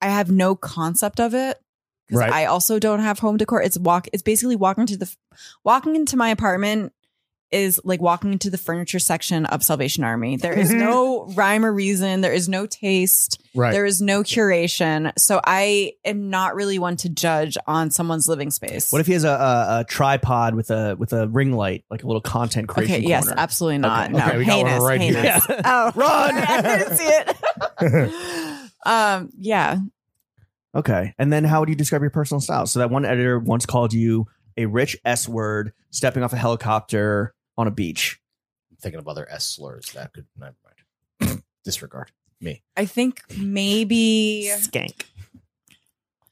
I have no concept of it because Right. I also don't have home decor. It's walk. It's basically walking to the walking into my apartment is like walking into the furniture section of Salvation Army. There [laughs] is no rhyme or reason. There is no taste. Right. There is no curation. So I am not really one to judge on someone's living space. What if he has a, a, a tripod with a with a ring light, like a little content creation? okay, yes, corner? absolutely not. Okay. No, Okay, we got one heinous, right here. [laughs] heinous. [laughs] Oh, run! I didn't see [laughs] it. [laughs] um, yeah, [laughs] Okay. And then how would you describe your personal style? So that one editor once called you a rich S word stepping off a helicopter on a beach. thinking of other S slurs that could never mind. Disregard. I think maybe Skank.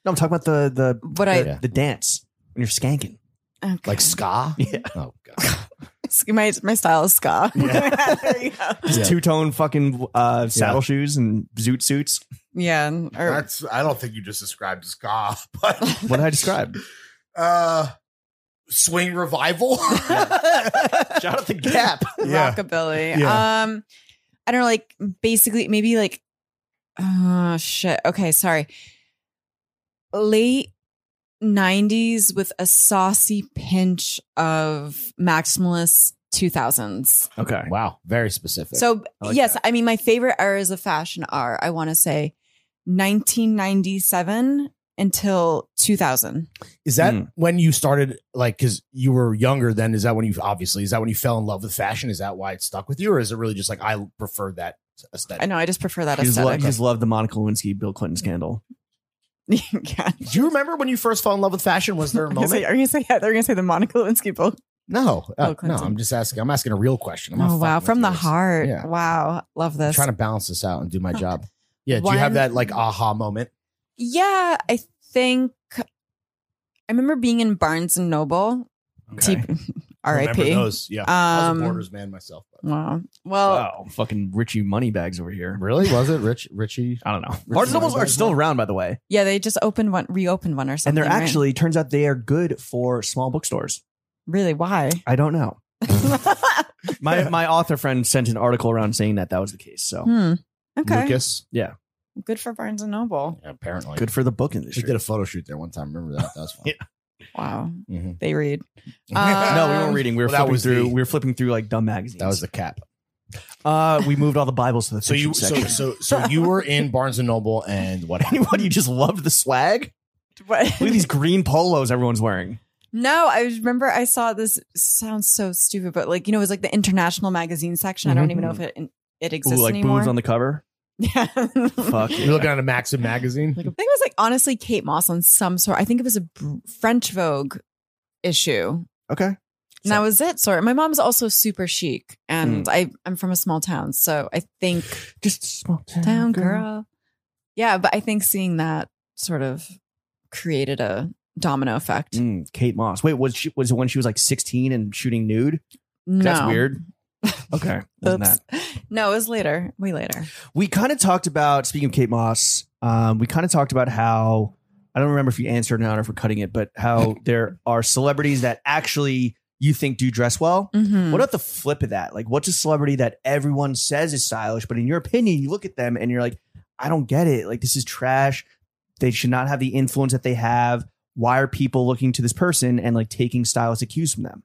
No, I'm talking about the the what I the, the dance when you're skanking. okay. Like ska? Yeah. Oh god. [laughs] my my style is ska. Yeah. [laughs] There you go. Yeah. [laughs] Two tone fucking uh, saddle shoes and zoot suits. Yeah, and- or- That's I don't think you just described ska, [laughs] but What did I describe? uh swing [laughs] [laughs] revival. [laughs] Shout out the gap. Yeah. rockabilly. Yeah. Um, I don't know, like basically maybe like, oh shit. Okay, sorry. Late '90s with a saucy pinch of maximalist 2000s. Okay. Wow. Very specific. So I like yes, I mean my favorite eras of fashion are I want to say 1997 until 2000. Is that Mm. when you started, like, because you were younger then? Is that when you obviously is that when you fell in love with fashion? Is that why it stuck with you, or is it really just like I prefer that I aesthetic? know I just prefer that You just, love, aesthetic. you just love the Monica Lewinsky Bill Clinton scandal. [laughs] yeah. Do you remember when you first fell in love with fashion? Was there [laughs] a I'm gonna moment? say, are you gonna say yeah? They're gonna say the Monica Lewinsky book. no, Oh, uh, Bill no. Clinton. I'm just asking. I'm asking a real question. I'm not Oh wow, fucking from with the yours. heart. Yeah. Wow, love I'm this. trying to balance this out and do my job. Yeah. Do you One- have that like aha moment? yeah, I think I remember being in Barnes and Noble. T- [laughs] Remember R.I.P. Those. Yeah. I was Um, a Borders man myself. but- Wow. Well, wow. Fucking Richie Moneybags over here. Really? Was it Rich? Richie? I don't know. Barnes and Nobles are Moneybags still one? around, by the way. yeah, they just opened one, reopened one or And something. they're right? actually, turns out they are good for small bookstores. really [laughs] why? [laughs] I don't know. hmm. [laughs] My my author friend sent an article around saying that that was the case. Hmm. So Okay. Lucas. Good for Barnes and Noble. Yeah, apparently. good for the book She industry. did a photo shoot there one time. Remember that? That was fun. Yeah. Wow, [laughs] Mhm. they read. Uh, no, we weren't reading. We were Well, that flipping was through. the- we were flipping through like dumb magazines. That was the cap. Uh, we moved all the Bibles to the So fiction you so, section. [laughs] so so you were in Barnes and Noble and what? happened? what you just loved the swag? What? Look at these green polos everyone's wearing. No, I remember I saw this. Sounds so stupid, but like you know, it was like the international magazine section. I don't even know if it it Mm-hmm. Ooh, exists like anymore. boobs on the cover. [laughs] yeah, Fuck. [laughs] You're looking at a Maxim magazine. I think it was like honestly Kate Moss on some sort. I think it was a br- French Vogue issue. Okay. And that was it. Sorry, my mom's also super chic, and Hmm. I I'm from a small town, so I think Just a small town, town girl. Yeah, but I think seeing that sort of created a domino effect. Mm, Kate Moss. Wait, was she was it when she was like 16 and shooting nude? No, That's weird. Okay. Wasn't Oops. that. [laughs] No, it was later. Way later. We kind of talked about speaking of Kate Moss. Um, we kind of talked about how I don't remember if you answered or not or if we're cutting it, but how there are celebrities that actually you think do dress well. Mhm. What about the flip of that? Like, what's a celebrity that everyone says is stylish, but in your opinion, you look at them and you're like, I don't get it. Like, this is trash. They should not have the influence that they have. Why are people looking to this person and like taking stylistic cues from them?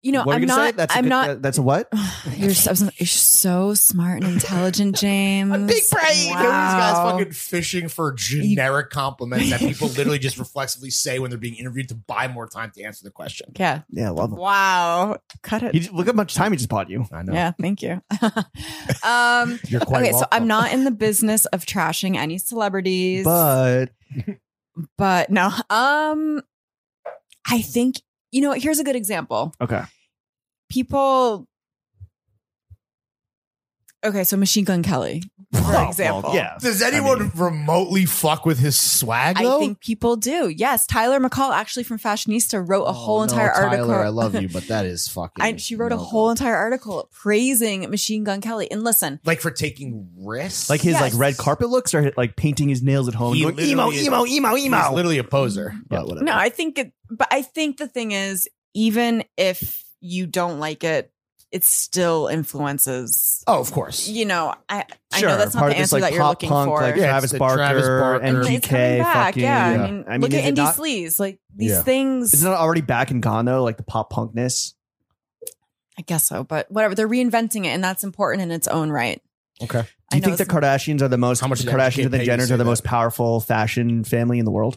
You know, What are I'm you gonna say? not. That's a I'm good- not. that- that's a what? you're, so, you're so smart and intelligent, James. I'm big brain. You know, these guys Wow. fucking fishing for generic compliments that people literally just reflexively say when they're being interviewed to buy more time to answer the question. Yeah. Yeah, I love [laughs] him. Wow. Cut it. He, look how much time he just bought you. I know. Yeah. Thank you. [laughs] [laughs] um. You're quite Okay, so welcome. I'm not in the business of trashing any celebrities, But but no. [laughs] Um, I think you know. what, Here's a good example. okay. People. Okay, so Machine Gun Kelly, for Oh, [laughs] Well, example. yeah. Does I anyone mean- remotely fuck with his swag I though? think people do. Yes, Tyler McCall, actually from Fashionista, wrote a Oh, whole no, entire Tyler, article. I love you, but that is [laughs] fucking. I, she wrote a no whole go. entire article praising Machine Gun Kelly. And listen, like for taking risks. Like his Yes. like red carpet looks or like painting his nails at home. He and going, emo, literally- emo, emo, he's emo. literally a poser. But whatever. no, I think it, but I think the thing is, even if you don't like it, it still influences. Oh, of course. You know, I I Sure, know that's not part the of this answer like that you're pop looking punk, for. like Yeah, Travis, it's the Barker, Travis Barker. But MGK, it's coming back. fucking. yeah, yeah. I mean, I mean, look is at it Indie not- Sleaze. Like these Yeah. things. Isn't it already back and gone though? Like the pop punkness. I guess so, but whatever. They're reinventing it, and that's important in its own right. Okay. Do you I think know the it's- Kardashians are the most? How much the did Kardashians MGK and the pay you to Jenners say are the that? most powerful fashion family in the world?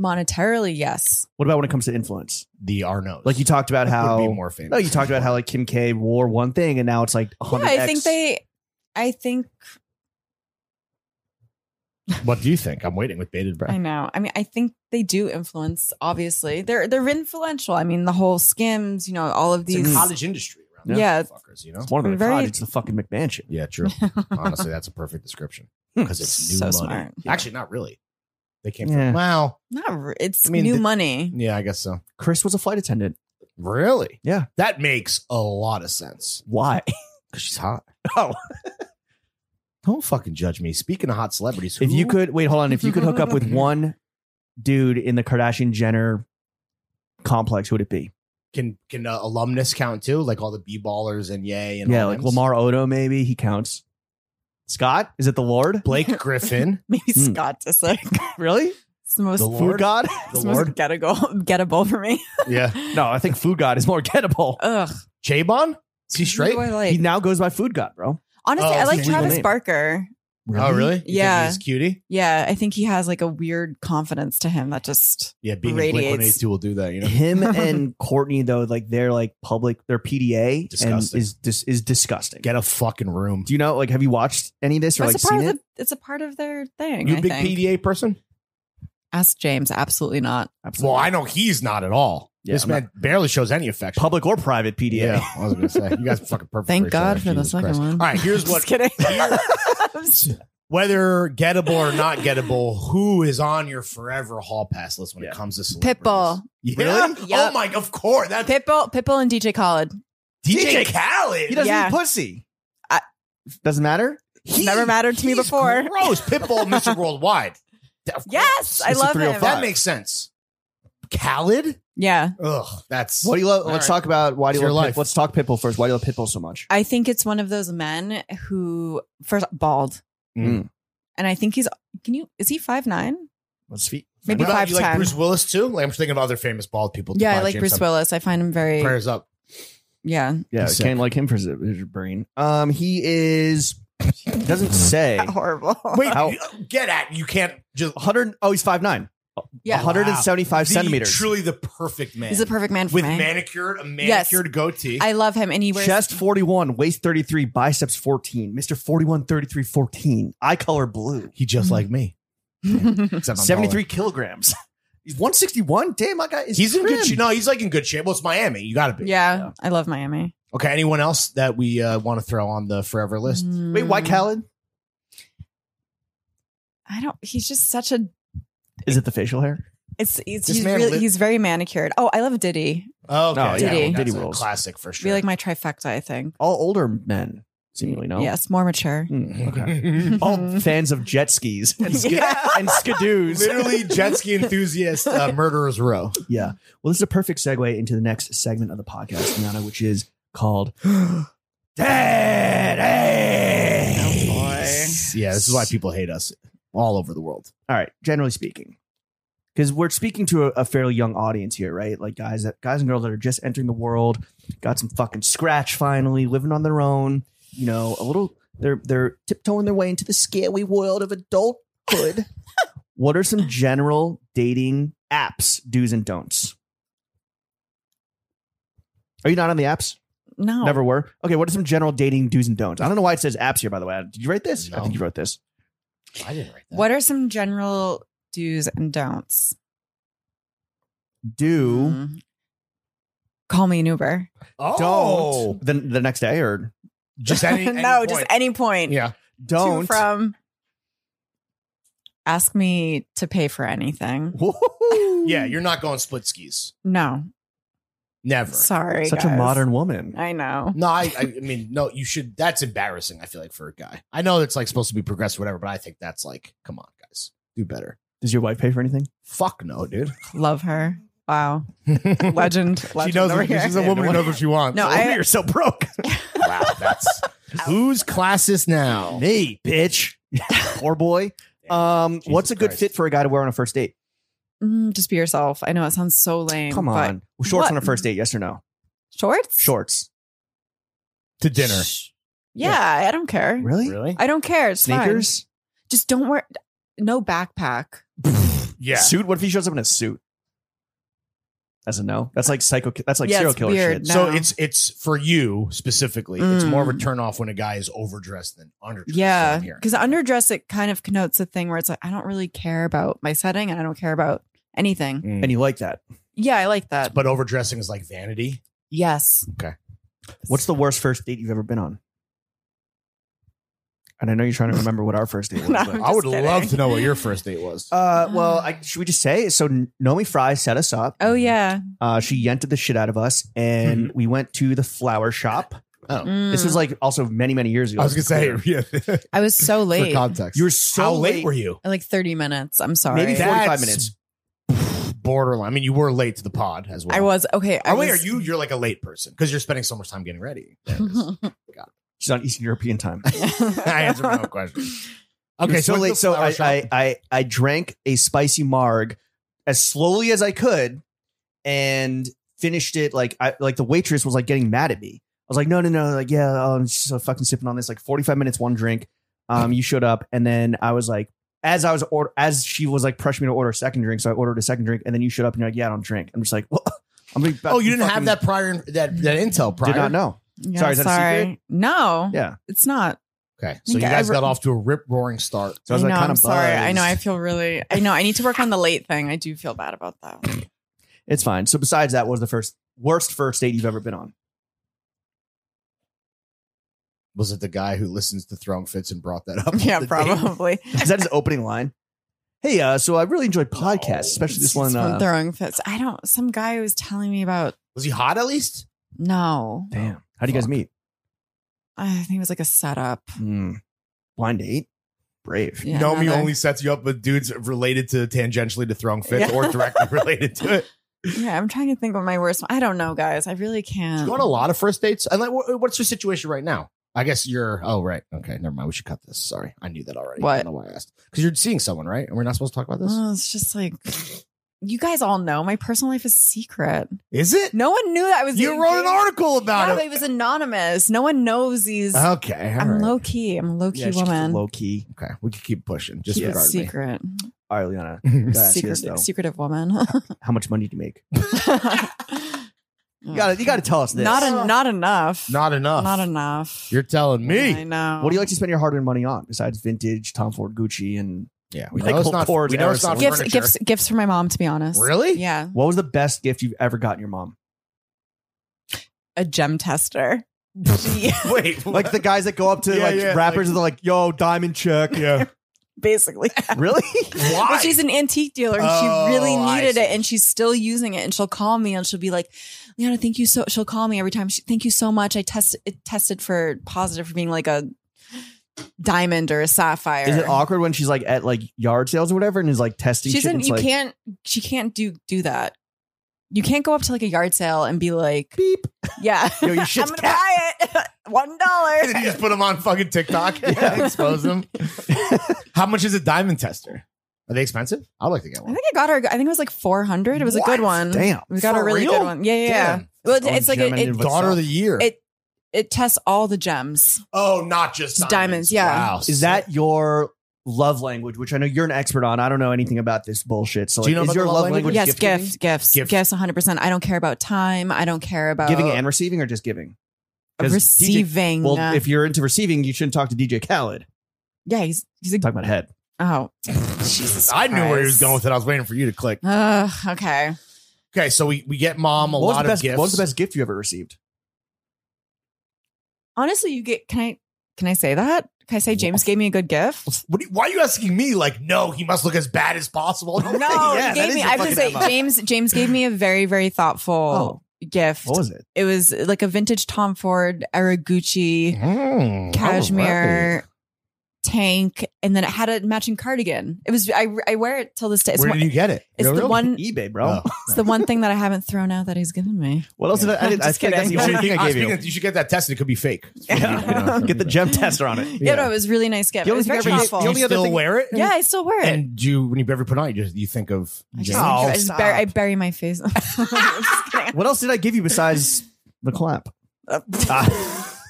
monetarily? Yes, What about when it comes to influence? The Arnos. Like you talked about how would be more famous. no, you talked about how like Kim K wore one thing and now it's like yeah. 100 I think they. I think What do you think? I'm waiting with bated breath. I know. I mean, I think they do influence. Obviously, they're they're influential. I mean, the whole Skims, you know, all of It's a these. cottage industry around Yeah. these Yeah. fuckers, you know? one of them Very- cottage, it's the fucking McMansion. [laughs] Yeah, true. Honestly, that's a perfect description Hmm. because it's new So money. smart. Actually, not really. They came Yeah. from wow. Not re- it's I mean, new the- money. [laughs] Yeah, I guess so. Chris was a flight attendant. Really? Yeah. That makes a lot of sense Why? [laughs] because she's hot. Oh. Don't fucking judge me. Speaking of hot celebrities, If you who- could wait, hold on. If you could hook up with one dude in the Kardashian Jenner complex, who would it be? can can uh, alumnus count too, like all the b ballers and yay and yeah, all like them? Lamar Odo, maybe he counts. Scott, is it the [laughs] Lord? [laughs] Blake Griffin, Maybe Mm. Scott just like [laughs] Really? it's the most The Food Lord? God? [laughs] the it's the most [laughs] Lord. gettable gettable for me. Yeah, No, I think Food God is more [laughs] gettable. Ugh. Chabon. Is he straight? Who do I Oh, like? He now goes by Food God, bro. Honestly, Oh, I it's like his legal Travis name. Barker. Oh, really? You think Yeah. he's cutie. Yeah, I think he has like a weird confidence to him that just Yeah, being in Blink Radiates. One Eighty Two will do that. You [laughs] know, [laughs] Him and Courtney though, like they're like public, their PDA and Disgusting. is dis- is disgusting. get a fucking room. Do you know? Like, have you watched any of this or But like it's a part seen of it? the, it's a part of their thing. You I a big think. PDA person? Ask James. Absolutely not. Well, I know he's not at all. Yeah, this I'm man barely shows any affection. public or private PDA. Yeah, I was gonna say you guys are fucking perfect. Thank for each God other. for the Jesus second Christ. one. All right, here's Just what [laughs] kidding. [laughs] here- I'm s- whether gettable or not gettable, who is on your forever hall pass list when Yeah. it comes to celebrities? Pitbull. Yeah? Really? Yeah. Oh my! Of course, that's Pitbull, Pitbull, and DJ Khaled. [laughs] DJ, He Khaled. doesn't Yeah. need pussy. I- Doesn't matter. He- Never mattered to me he's before. Gross. Pitbull, Mr. Worldwide. Of Yes, course. I It's a love him. 305. that makes sense. Khaled. [laughs] yeah, Ugh, that's What do you love? let's All talk about why do you It's your love life. Pit, Let's talk Pitbull first. Why do you love Pitbull so much? I think it's one of those men who first bald, Mm. and I think he's. Can you? Is he five nine? Let's feet. Maybe What about- five You like ten. Bruce Willis too? Like, I'm just thinking of other famous bald people. Yeah, I Tupac, like James Bruce Hunt. Willis. I find him very. Prayers up. [laughs] Yeah. Yeah, He's can't like him for his, his brain. Um, he is [laughs] doesn't say Horrible. Wait, How- you- get at you can't just 100. Oh, he's five nine. Yeah. 175 the- centimeters. Truly the perfect man. He's the perfect man for with me. manicured a manicured goatee. I love him, and he wears. [laughs] Chest 41, waist 33, biceps 14. Mr. 41, 33, 14. Eye color blue. he just Mm-hmm. like me. Except I'm 73 kilograms. [laughs] He's 161. Damn, my guy taller. is. He's in good trim. shape. No, he's like in good shape. Well, it's Miami. You got to be. yeah, I love Miami. Okay. Anyone else that we uh, want to throw on the forever list? Wait, why Mm. Khaled? I don't. He's just such a. Is it the facial hair? It's. it's This he's man really. lit- he's very manicured. Oh, I love Diddy. Oh, okay. No, yeah, Diddy. well, that's Diddy a rules. Classic for sure. Be like my trifecta. I think. All older men, seemingly, no? Yes, more [laughs] mature. Hmm, okay. [laughs] Oh, [laughs] All fans of jet skis and, sk- Yeah. and skidoos. Literally jet ski enthusiast, uh, [laughs] murderers row. Yeah. Well, this is a perfect segue into the next segment of the podcast, Rihanna, which is called Dead Ace. Yeah, this is why people hate us all over the world. All right, generally speaking. Because we're speaking to a, a fairly young audience here, right? Like guys that guys and girls that are just entering the world, got some fucking scratch finally, living on their own, you know, a little they're they're tiptoeing their way into the scary world of [laughs] adulthood. what are some general dating apps, do's and don'ts? Are you not on the apps? No. Never were. Okay, what are some general dating do's and don'ts? I don't know why it says apps here, by the way. Did you write this? I No. think you wrote this. I didn't write that. What are some general do's and don'ts? Do Mm. Call me an Uber. Oh, don't then the next day or [laughs] just any, any no, point. just any point. yeah. don't To [laughs] from. Ask me to pay for anything. Woo-hoo. Yeah, you're not going split skis. No, Never. sorry. such a guys. modern woman I know. No, I, I mean, no, you should. That's embarrassing, I feel like, for a guy. I know it's like supposed to be progressive, whatever, but I think that's like, come on, guys, do better. does your wife pay for anything Fuck no, dude. Love her. Wow. Legend. Legend [laughs] she knows over what, here. she's a woman who knows what she wants. No, I, You're so broke. wow, that's who's classist now? [laughs] Me, bitch. Poor boy. Um, Jesus what's a good Christ. fit for a guy to wear on a first date? Mm, just be yourself. I know it sounds so lame. Come but- on. Shorts What? on a first date, yes or no? shorts? Shorts. To dinner. Shh. Yeah, I don't care. Really? Really? I don't care. It's fine. Sneakers? Just don't wear no backpack. Yeah. Suit? What if he shows up in a suit? That's a no. That's like psycho that's like Yeah, serial it's killer shit. weird. No. So it's it's for you specifically. It's Mm. more of a turn off when a guy is overdressed than underdressed. Yeah, Same here. because underdress it kind of connotes a thing where it's like I don't really care about my setting and I don't care about anything. Mm. And you like that. Yeah, I like that. but overdressing is like vanity. yes, What's the worst first date you've ever been on? And I know you're trying to remember what our first date was. No, but- I'm I would just love kidding. to know what your first [laughs] date was. [gasps] Uh, well, I, should we just say? So Nomi Fry set us up. Oh yeah, Uh, she yented the shit out of us, and Mm-hmm. we went to the flower shop. Oh, This Mm. was like also many, many years ago. Oh. I was gonna say, yeah, [laughs] for I was so late. context. you were so How late were you? [sighs] At, like thirty minutes. I'm sorry. Maybe 45 That's- minutes. Borderline. I mean, you were late to the pod as well. I was okay. I Oh, wait, was, are you? You're like a late person because you're spending so much time getting ready. [laughs] There it is. She's on Eastern European time. [laughs] I answered my own question. Okay, so it's late. the So flower I, shop. I, I, I drank a spicy marg as slowly as I could, and finished it. Like I, like the waitress was like getting mad at me. I was like, no, no, no. Like yeah, oh, I'm just so fucking sipping on this. Like 45 minutes, one drink. Um, you showed up, and then I was like, as I was order, as she was like pressuring me to order a second drink, so I ordered a second drink, and then you showed up, and you're like, yeah, I don't drink. I'm just like, [laughs] well, I'm like, oh, you didn't fucking- have that prior that that intel prior. Did not know. [laughs] Sorry, Yeah, sorry, is that a secret? No, Yeah. it's not. Okay, so you Think I guys re- got off to a rip roaring start. So I was I like, know, kind I'm of sorry. I know. I feel really. I know. I need to work on the late thing. I do feel bad about [laughs] that. [laughs] It's fine. So besides that, what was the first worst first date you've ever been on? Was it the guy who listens to Throne Fits and brought that up? [laughs] yeah, The date? probably. Is that his opening line? Hey, uh, so I really enjoyed podcasts, especially this one. Someone Uh, throwing fits. I don't. Some guy was telling me about. Was he hot at least? No, damn, how do you guys Fuck. meet? I think it was like a setup. Hmm. Blind date, brave. Yeah, Nomi another- only sets you up with dudes related to tangentially to Throne Fits Yeah. or [laughs] directly related to it. Yeah, I'm trying to think of my worst. one. I don't know, guys. I really can't. You go on a lot of first dates. And like, wh- what's your situation right now? I guess you're. Oh, right. Okay, never mind. We should cut this. Sorry, I knew that already. What? I don't know why I asked. Because you're seeing someone, right? And we're not supposed to talk about this. Oh, it's just like you guys all know my personal life is secret. Is it? No one knew that I was. You dating wrote an James. article about Yeah, it. but it was anonymous. No one knows these. Okay. all I'm right. low key. I'm a low key woman. low key. Okay. We can keep pushing. Just Yeah. regard Secret, All right, Liana. [laughs] me. Gotta ask you secret, this, though. secretive woman. [laughs] How much money do you make? You got to you got to tell us this. Oh, [laughs] Not en- not enough. Not enough. Not enough. You're telling I me. know. What do you like to spend your hard-earned money on besides vintage, Tom Ford, Gucci, and Yeah. We know Michael it's not. Kors We know it's not aerosol. gifts? furniture. Gifts? Gifts for my mom. To be honest, Really? Yeah, what was the best gift you've ever gotten your mom? a gem tester. [laughs] She- [laughs] Wait. Like the guys that go up to [laughs] Yeah, like yeah, rappers and they're like, "Yo, diamond [laughs] check." Yeah. basically. [laughs] really? [laughs] Why? Well, she's an antique dealer and Oh, she really I needed see. it and she's still using it and she'll call me and she'll be like, Leona, thank you so she'll call me every time. She, thank you so much. I tested it tested for positive for being like a diamond or a sapphire. Is it awkward when she's like at like yard sales or whatever and is like testing? She shit and doesn't it's you like, can't she can't do do that. You can't go up to like a yard sale and [laughs] be like, beep. yeah, [laughs] Yo, your I'm shit's gonna cat. buy it. [laughs] One dollar. And you just put them on fucking [laughs] TikTok. Yeah. Expose [laughs] them. How much is a diamond tester? Are they expensive? I'd like to get I one. think I got her. I think it was like four hundred. It was a What? good one. Damn. We got a For really real? good one. Yeah, yeah. yeah. Damn. Well, Oh, it's like it, German it, inv- Daughter What's of the year. it- it tests all the gems. oh, not just Just diamonds. diamonds, yeah. Wow. Is that your love language? Which I know you're an expert on. I don't know anything about this bullshit. So Do you like, know is about your the love language, yes, gift gift, gifts, Gifts. gifts, gifts, one hundred percent. I don't care about time. I don't care about giving and receiving, or just giving? 'Cause DJ receiving. uh, well, if you're into receiving, you shouldn't talk to DJ Khaled. yeah, he's he's a, Talking about head. oh Jesus. I knew where he was Christ. going with it. I was waiting for you to click. Ugh, okay. Okay, so we, we get mom a what, was lot the best, of gifts. what was the best gift you ever received? Honestly, you get. Can I can I say that? Can I say James gave me a good gift? What do you- why are you asking me? Like, no, he must look as bad as [laughs] [laughs] possible. No, [laughs] Yeah, that he gave is me. your I have to say, fucking MO. James James gave me a very very thoughtful gift. What was [laughs] it? It Oh. was like a vintage Tom Ford Araguchi Mm, cashmere tank, and then it had a matching cardigan. It was I, I wear it till this day. It's, Where one, did you get it? it's Real- the real? one. eBay, bro. [laughs] Oh. It's the one thing that I haven't thrown out that he's given [laughs] me. What else did I? I, did, I Just think that's the [laughs] kidding. only thing Ah, I gave speaking you. [laughs] of- you should get that tested. It could [laughs] be fake. Get the gem tester on it. Yeah, no, it was a really nice gift. The It only was thing I very really- thoughtful. the Do only you other still thing- wear it? yeah, I still wear it. And do you, when you ever put it on, you just you think of I just, James? Oh, I, just bur- I bury my face. [laughs] I'm just kidding. What else did I give you besides the [laughs] clap? Ah. [laughs]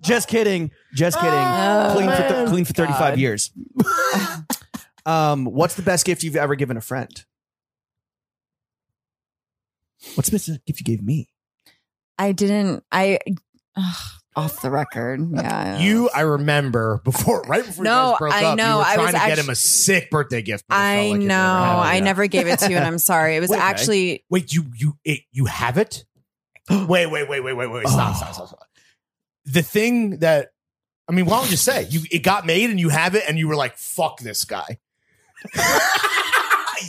just kidding. Just kidding. Oh, clean, for th- man. clean for 35 God. years. [laughs] um, what's the best gift you've ever given a friend? What's the best gift you gave me? I didn't. I ugh, off the record. [laughs] Yeah, You, I remember before, right before No, you guys broke I up, you know. were I trying was to get actu- him a sick birthday gift. but it felt I like it never know. happened. I Yeah. never gave it to you, and [laughs] I'm sorry. It was Wait, okay. actually Wait, you you it, you have [gasps] it? Wait, wait, wait, wait, wait, wait. Stop, stop, stop, stop. The thing that I mean, why don't you just say you it got made and you have it and you were like, fuck [laughs] this guy.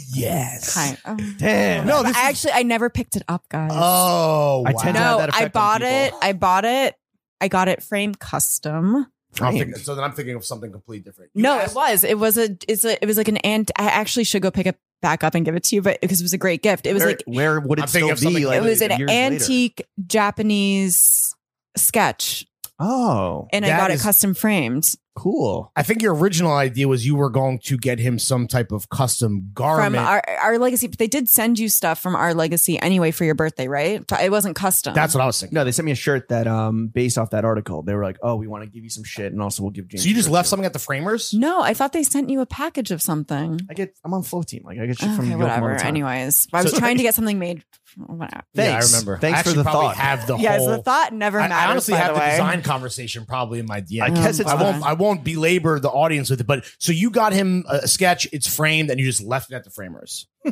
yes. kind. Oh. Damn. [laughs] No, this I is- actually I never picked it up, guys. Oh, I wow. tend to have no, that effect I on bought people. it. I bought it. I got it framed custom. I'm thinking- so then I'm thinking of something completely different. You No, asked- it was. It was a. It's a. It was like an ant. I actually should go pick it back up and give it to you, but because it was a great gift. It was where, like where would it I'm thinking still of something be? Like it was an years later? antique Japanese sketch, Oh, and I That got is- it custom framed cool. I think your original idea was you were going to get him some type of custom garment. from our our legacy. But they did send you stuff from our legacy anyway for your birthday, right? But It wasn't custom. That's what I was thinking. No, they sent me a shirt that, um, based off that article, they were like, "Oh, we want to give you some shit, and also we'll give James." So you just a left shirt." something at the framers? no. I thought they sent you a package of something. I get. I'm on flow team. Like I get shit from Okay, York all the whatever. time. Anyways, I was So- trying to get something made. Whatever. Yeah, I Thanks. remember. Thanks I for actually the probably thought. Have the Yes, whole the thought never I- matters. I honestly by have the the, way. design conversation probably in my DM. I I, guess it's. Um, I won't. fine. I won't belabor the audience with it, but so you got him a sketch. It's framed, and you just left it at the framers. So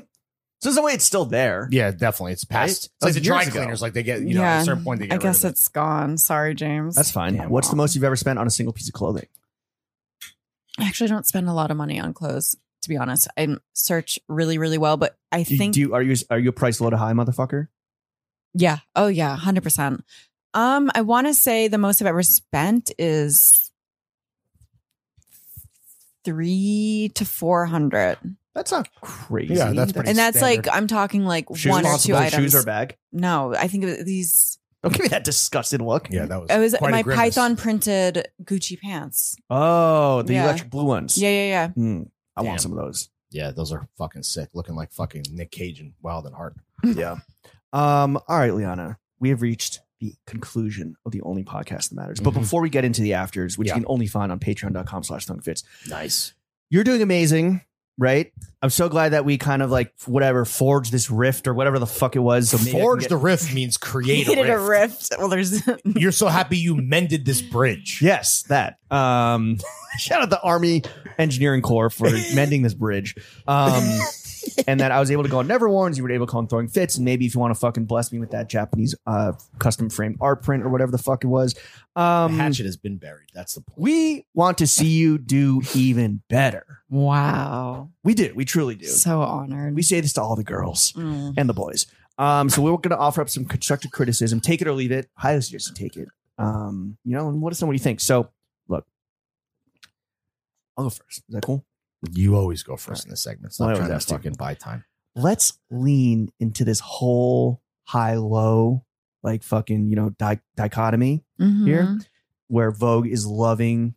there's no way it's still there. Yeah, definitely. It's Right? past. That was It's like the dry years ago. cleaners. Like they get, you know, at a certain point they get. I rid guess of it. it's gone. Sorry, James. That's fine. Damn, What's the well. most you've ever spent on a single piece of clothing? I actually don't spend a lot of money on clothes, to be honest. I search really, really well, but I You- think do you, are you are you a price low to high motherfucker? yeah. Oh yeah, hundred percent. Um, I want to say the most I've ever spent is three to four hundred, That's not crazy. Yeah, that's pretty- and that's standard. like I'm talking like Shoes one or two responsible, items. Shoes or bag. no, I think it was these. Don't give me that disgusted look. yeah, that was. Oh, It was quite a my grimace. Python printed Gucci pants. Oh, the Yeah. electric blue ones. Yeah, yeah, yeah. Hmm. I Damn. want some of [laughs] those. Yeah, those are fucking sick, looking like fucking Nick Cage and Wild and Hard. Yeah. Um. All right, Liana. We have reached the conclusion of the only podcast that matters. But Mhm. before we get into the afters, which Yeah. you can only find on patreon.com slash thunkfits, Nice. you're doing amazing, right? I'm so glad that we kind of like whatever forged this rift or whatever the fuck it was. So maybe I can Forge get- the rift means [laughs] create a Created a rift. rift. Well, there's You're so happy you mended this bridge. Yes, that. Um, [laughs] shout out the Army Engineering Corps [laughs] for mending this bridge. Um, and that I was able to go on Never Warns. You were able to call on Throwing Fits. And maybe if you want to fucking bless me with that Japanese uh, custom framed art print or whatever the fuck it was. The Um, hatchet has been buried. That's the point. we want to see you do even better. [laughs] wow. We do. We truly do. So honored. We say this to all the girls Mm. and the boys. Um, so we're going to offer up some constructive criticism. Take it or leave it. Highly suggest you take it. Um, you know, and let us know what you think. So, look, I'll go first. Is that cool? You always go first in this segment. Well, I Stop always trying to ask you. fucking buy time. Let's lean into this whole high low, like fucking, you know, di- dichotomy Here? Mhm. where Vogue is loving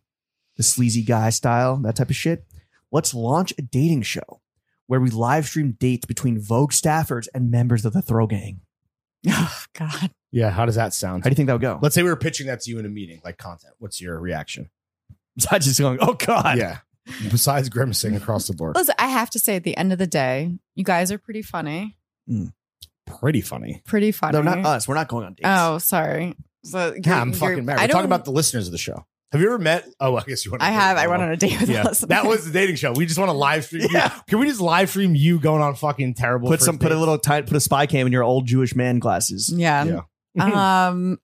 the sleazy guy style, that type of shit. Let's launch a dating show where we live stream dates between Vogue staffers and members of the Throw Gang. Oh God. Yeah, how does that sound? How do you think that would go? Let's say we were pitching that to you in a meeting, like content. What's your reaction? [laughs] I just going, oh God. yeah. Besides grimacing across the board, Listen, I have to say, at the end of the day, you guys are pretty funny. pretty funny. Pretty funny. No, not us. We're not going on dates. Oh, sorry. So Yeah, you're- I'm you're- fucking mad. I We're don't- talking about the listeners of the show. Have you ever met? Oh, I guess you want. I have. I [laughs] went on a date with Yeah, us. that was the dating show. We just want to live stream. you. Yeah. Can we just live stream you going on fucking terrible? put first some put a dates? little tight put a spy cam in your old Jewish man glasses. [laughs] Yeah. [laughs] [laughs] Um.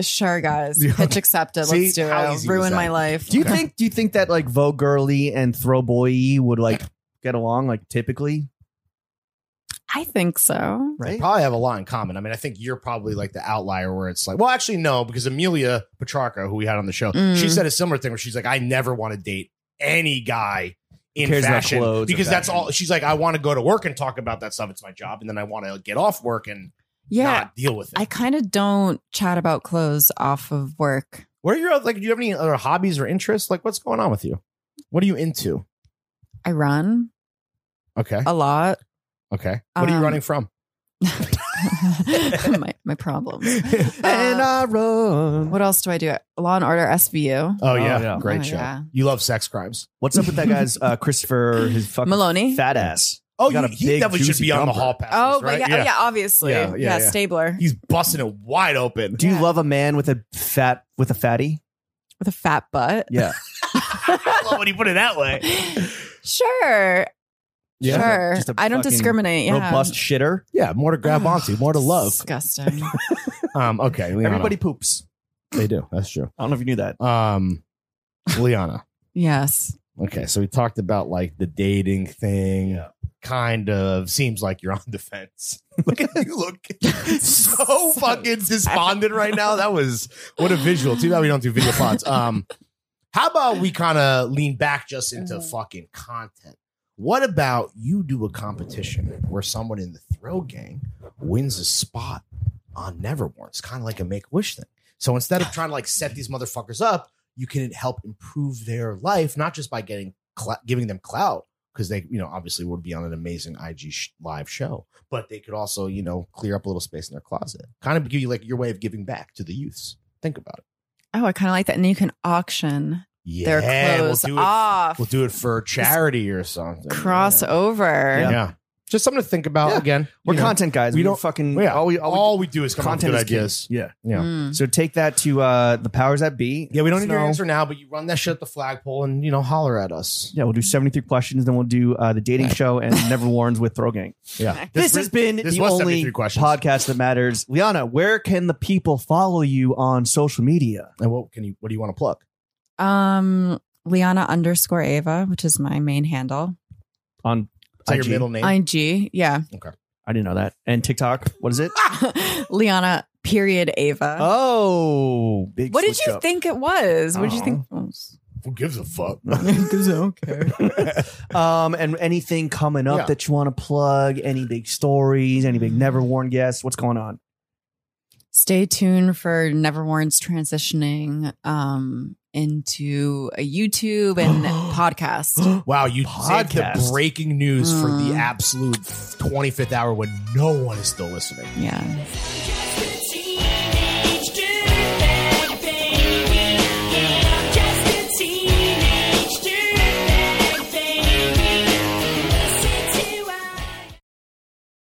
Sure, [laughs] guys. Yeah. Pitch accepted. See, Let's do how easy was it. Ruin that? my life. Do you think do you think that like Vogue girly and throw boy would like get along like typically? I think so. right? probably have a lot in common. I mean, I think you're probably Mm-hmm. like the outlier where it's like, well, actually, no, because Amelia Petrarca, who we had on the show, Mm. Mm-hmm. she said a similar thing where she's like, I never want to date any guy in cares about fashion clothes or because that's fashion. all. She's like, I want to go to work and talk about that stuff. It's my job, and then I want to get off work and Yeah. not deal with it. I kind of don't chat about clothes off of work. what are your oth- like? Do you have any other hobbies or interests? Like, what's going on with you? What are you into? I run Okay, a lot. [laughs] okay. What are you Um, [laughs] running from? my, my problem. Oh, and I run. Uh, What else do I do? Law and Order SVU. Oh yeah, yeah. great Oh, show. yeah. You love sex crimes. What's up with that guy's uh, Christopher? His fucking Maloney. fat ass. Oh, got you, a he big, definitely should juicy be on the bumper. hall pass. Oh, right? yeah, yeah. Oh, yeah, obviously. Yeah, Yeah, yeah, yeah. Stabler He's busting it wide open. Do you Yeah. love a man with a fat with a fatty? with a fat butt. [laughs] Yeah, [laughs] [laughs] I love when you put it that way. sure. Yeah. Sure. Just a I don't fucking discriminate. Yeah. robust shitter. Yeah, more to grab [sighs] Ugh, onto, more to love. Disgusting. Um, okay, Liana. Everybody poops. they do. That's true. I don't know if you knew that. Um, Liana. yes. Okay, so we talked about like the dating thing. Kind of seems like you're on [laughs] the fence. Look at you [laughs] look [laughs] so [laughs] fucking despondent right now. That was what a visual. Too bad we don't do video fonts. Um, how about we kind of lean back just into fucking content? What about you do a competition where someone in the thrill gang wins a spot on Nevermore? It's kind of like a make wish thing. So instead of trying to like set these motherfuckers up, you can help improve their life not just by getting cl- giving them clout because they you know obviously would be on an amazing IG sh- live show, but they could also you know clear up a little space in their closet, kind of give you like your way of giving back to the youths. Think about it. Oh, I kind of like that. And you can auction Yeah, their clothes we'll do it. off. We'll do it for charity or something. Cross over. Yeah. Yeah. just something to think about Yeah. again. We're you know. content guys. we We, don't- don't fucking. Yeah. All we, all we- All we do is come up with content good is king. ideas. Yeah. Yeah. Mm. So take that to uh, the powers that be. Yeah, we don't need your Snow. answer now, but you run that shit at the flagpole and you know holler at us. Yeah, we'll do 73 questions, then we'll do uh, the dating show and [laughs] Never Warns with Throw Gang. Yeah, This, has been this the was only 73 questions. podcast that matters. Liana, where can the people follow you on social media? and what can you? What do you want to plug? Um, Liana underscore Ava, which is my main handle. On Is that your IG? middle name? IG, [laughs] yeah. I didn't know that. And TikTok, what is it? Liana period Ava. [laughs] oh, big. what did switch you up. think it was? What did you Oh. think? Who gives a fuck? [laughs] um, and anything coming up Yeah. that you want to plug? Any big stories? Any big Never Worn guests? What's going on? Stay tuned for Neverwarn's transitioning um into a YouTube and podcast. [laughs] Wow, you said the Podcast. breaking news for the Mm. absolute 25th hour when no one is still listening. Yeah. Get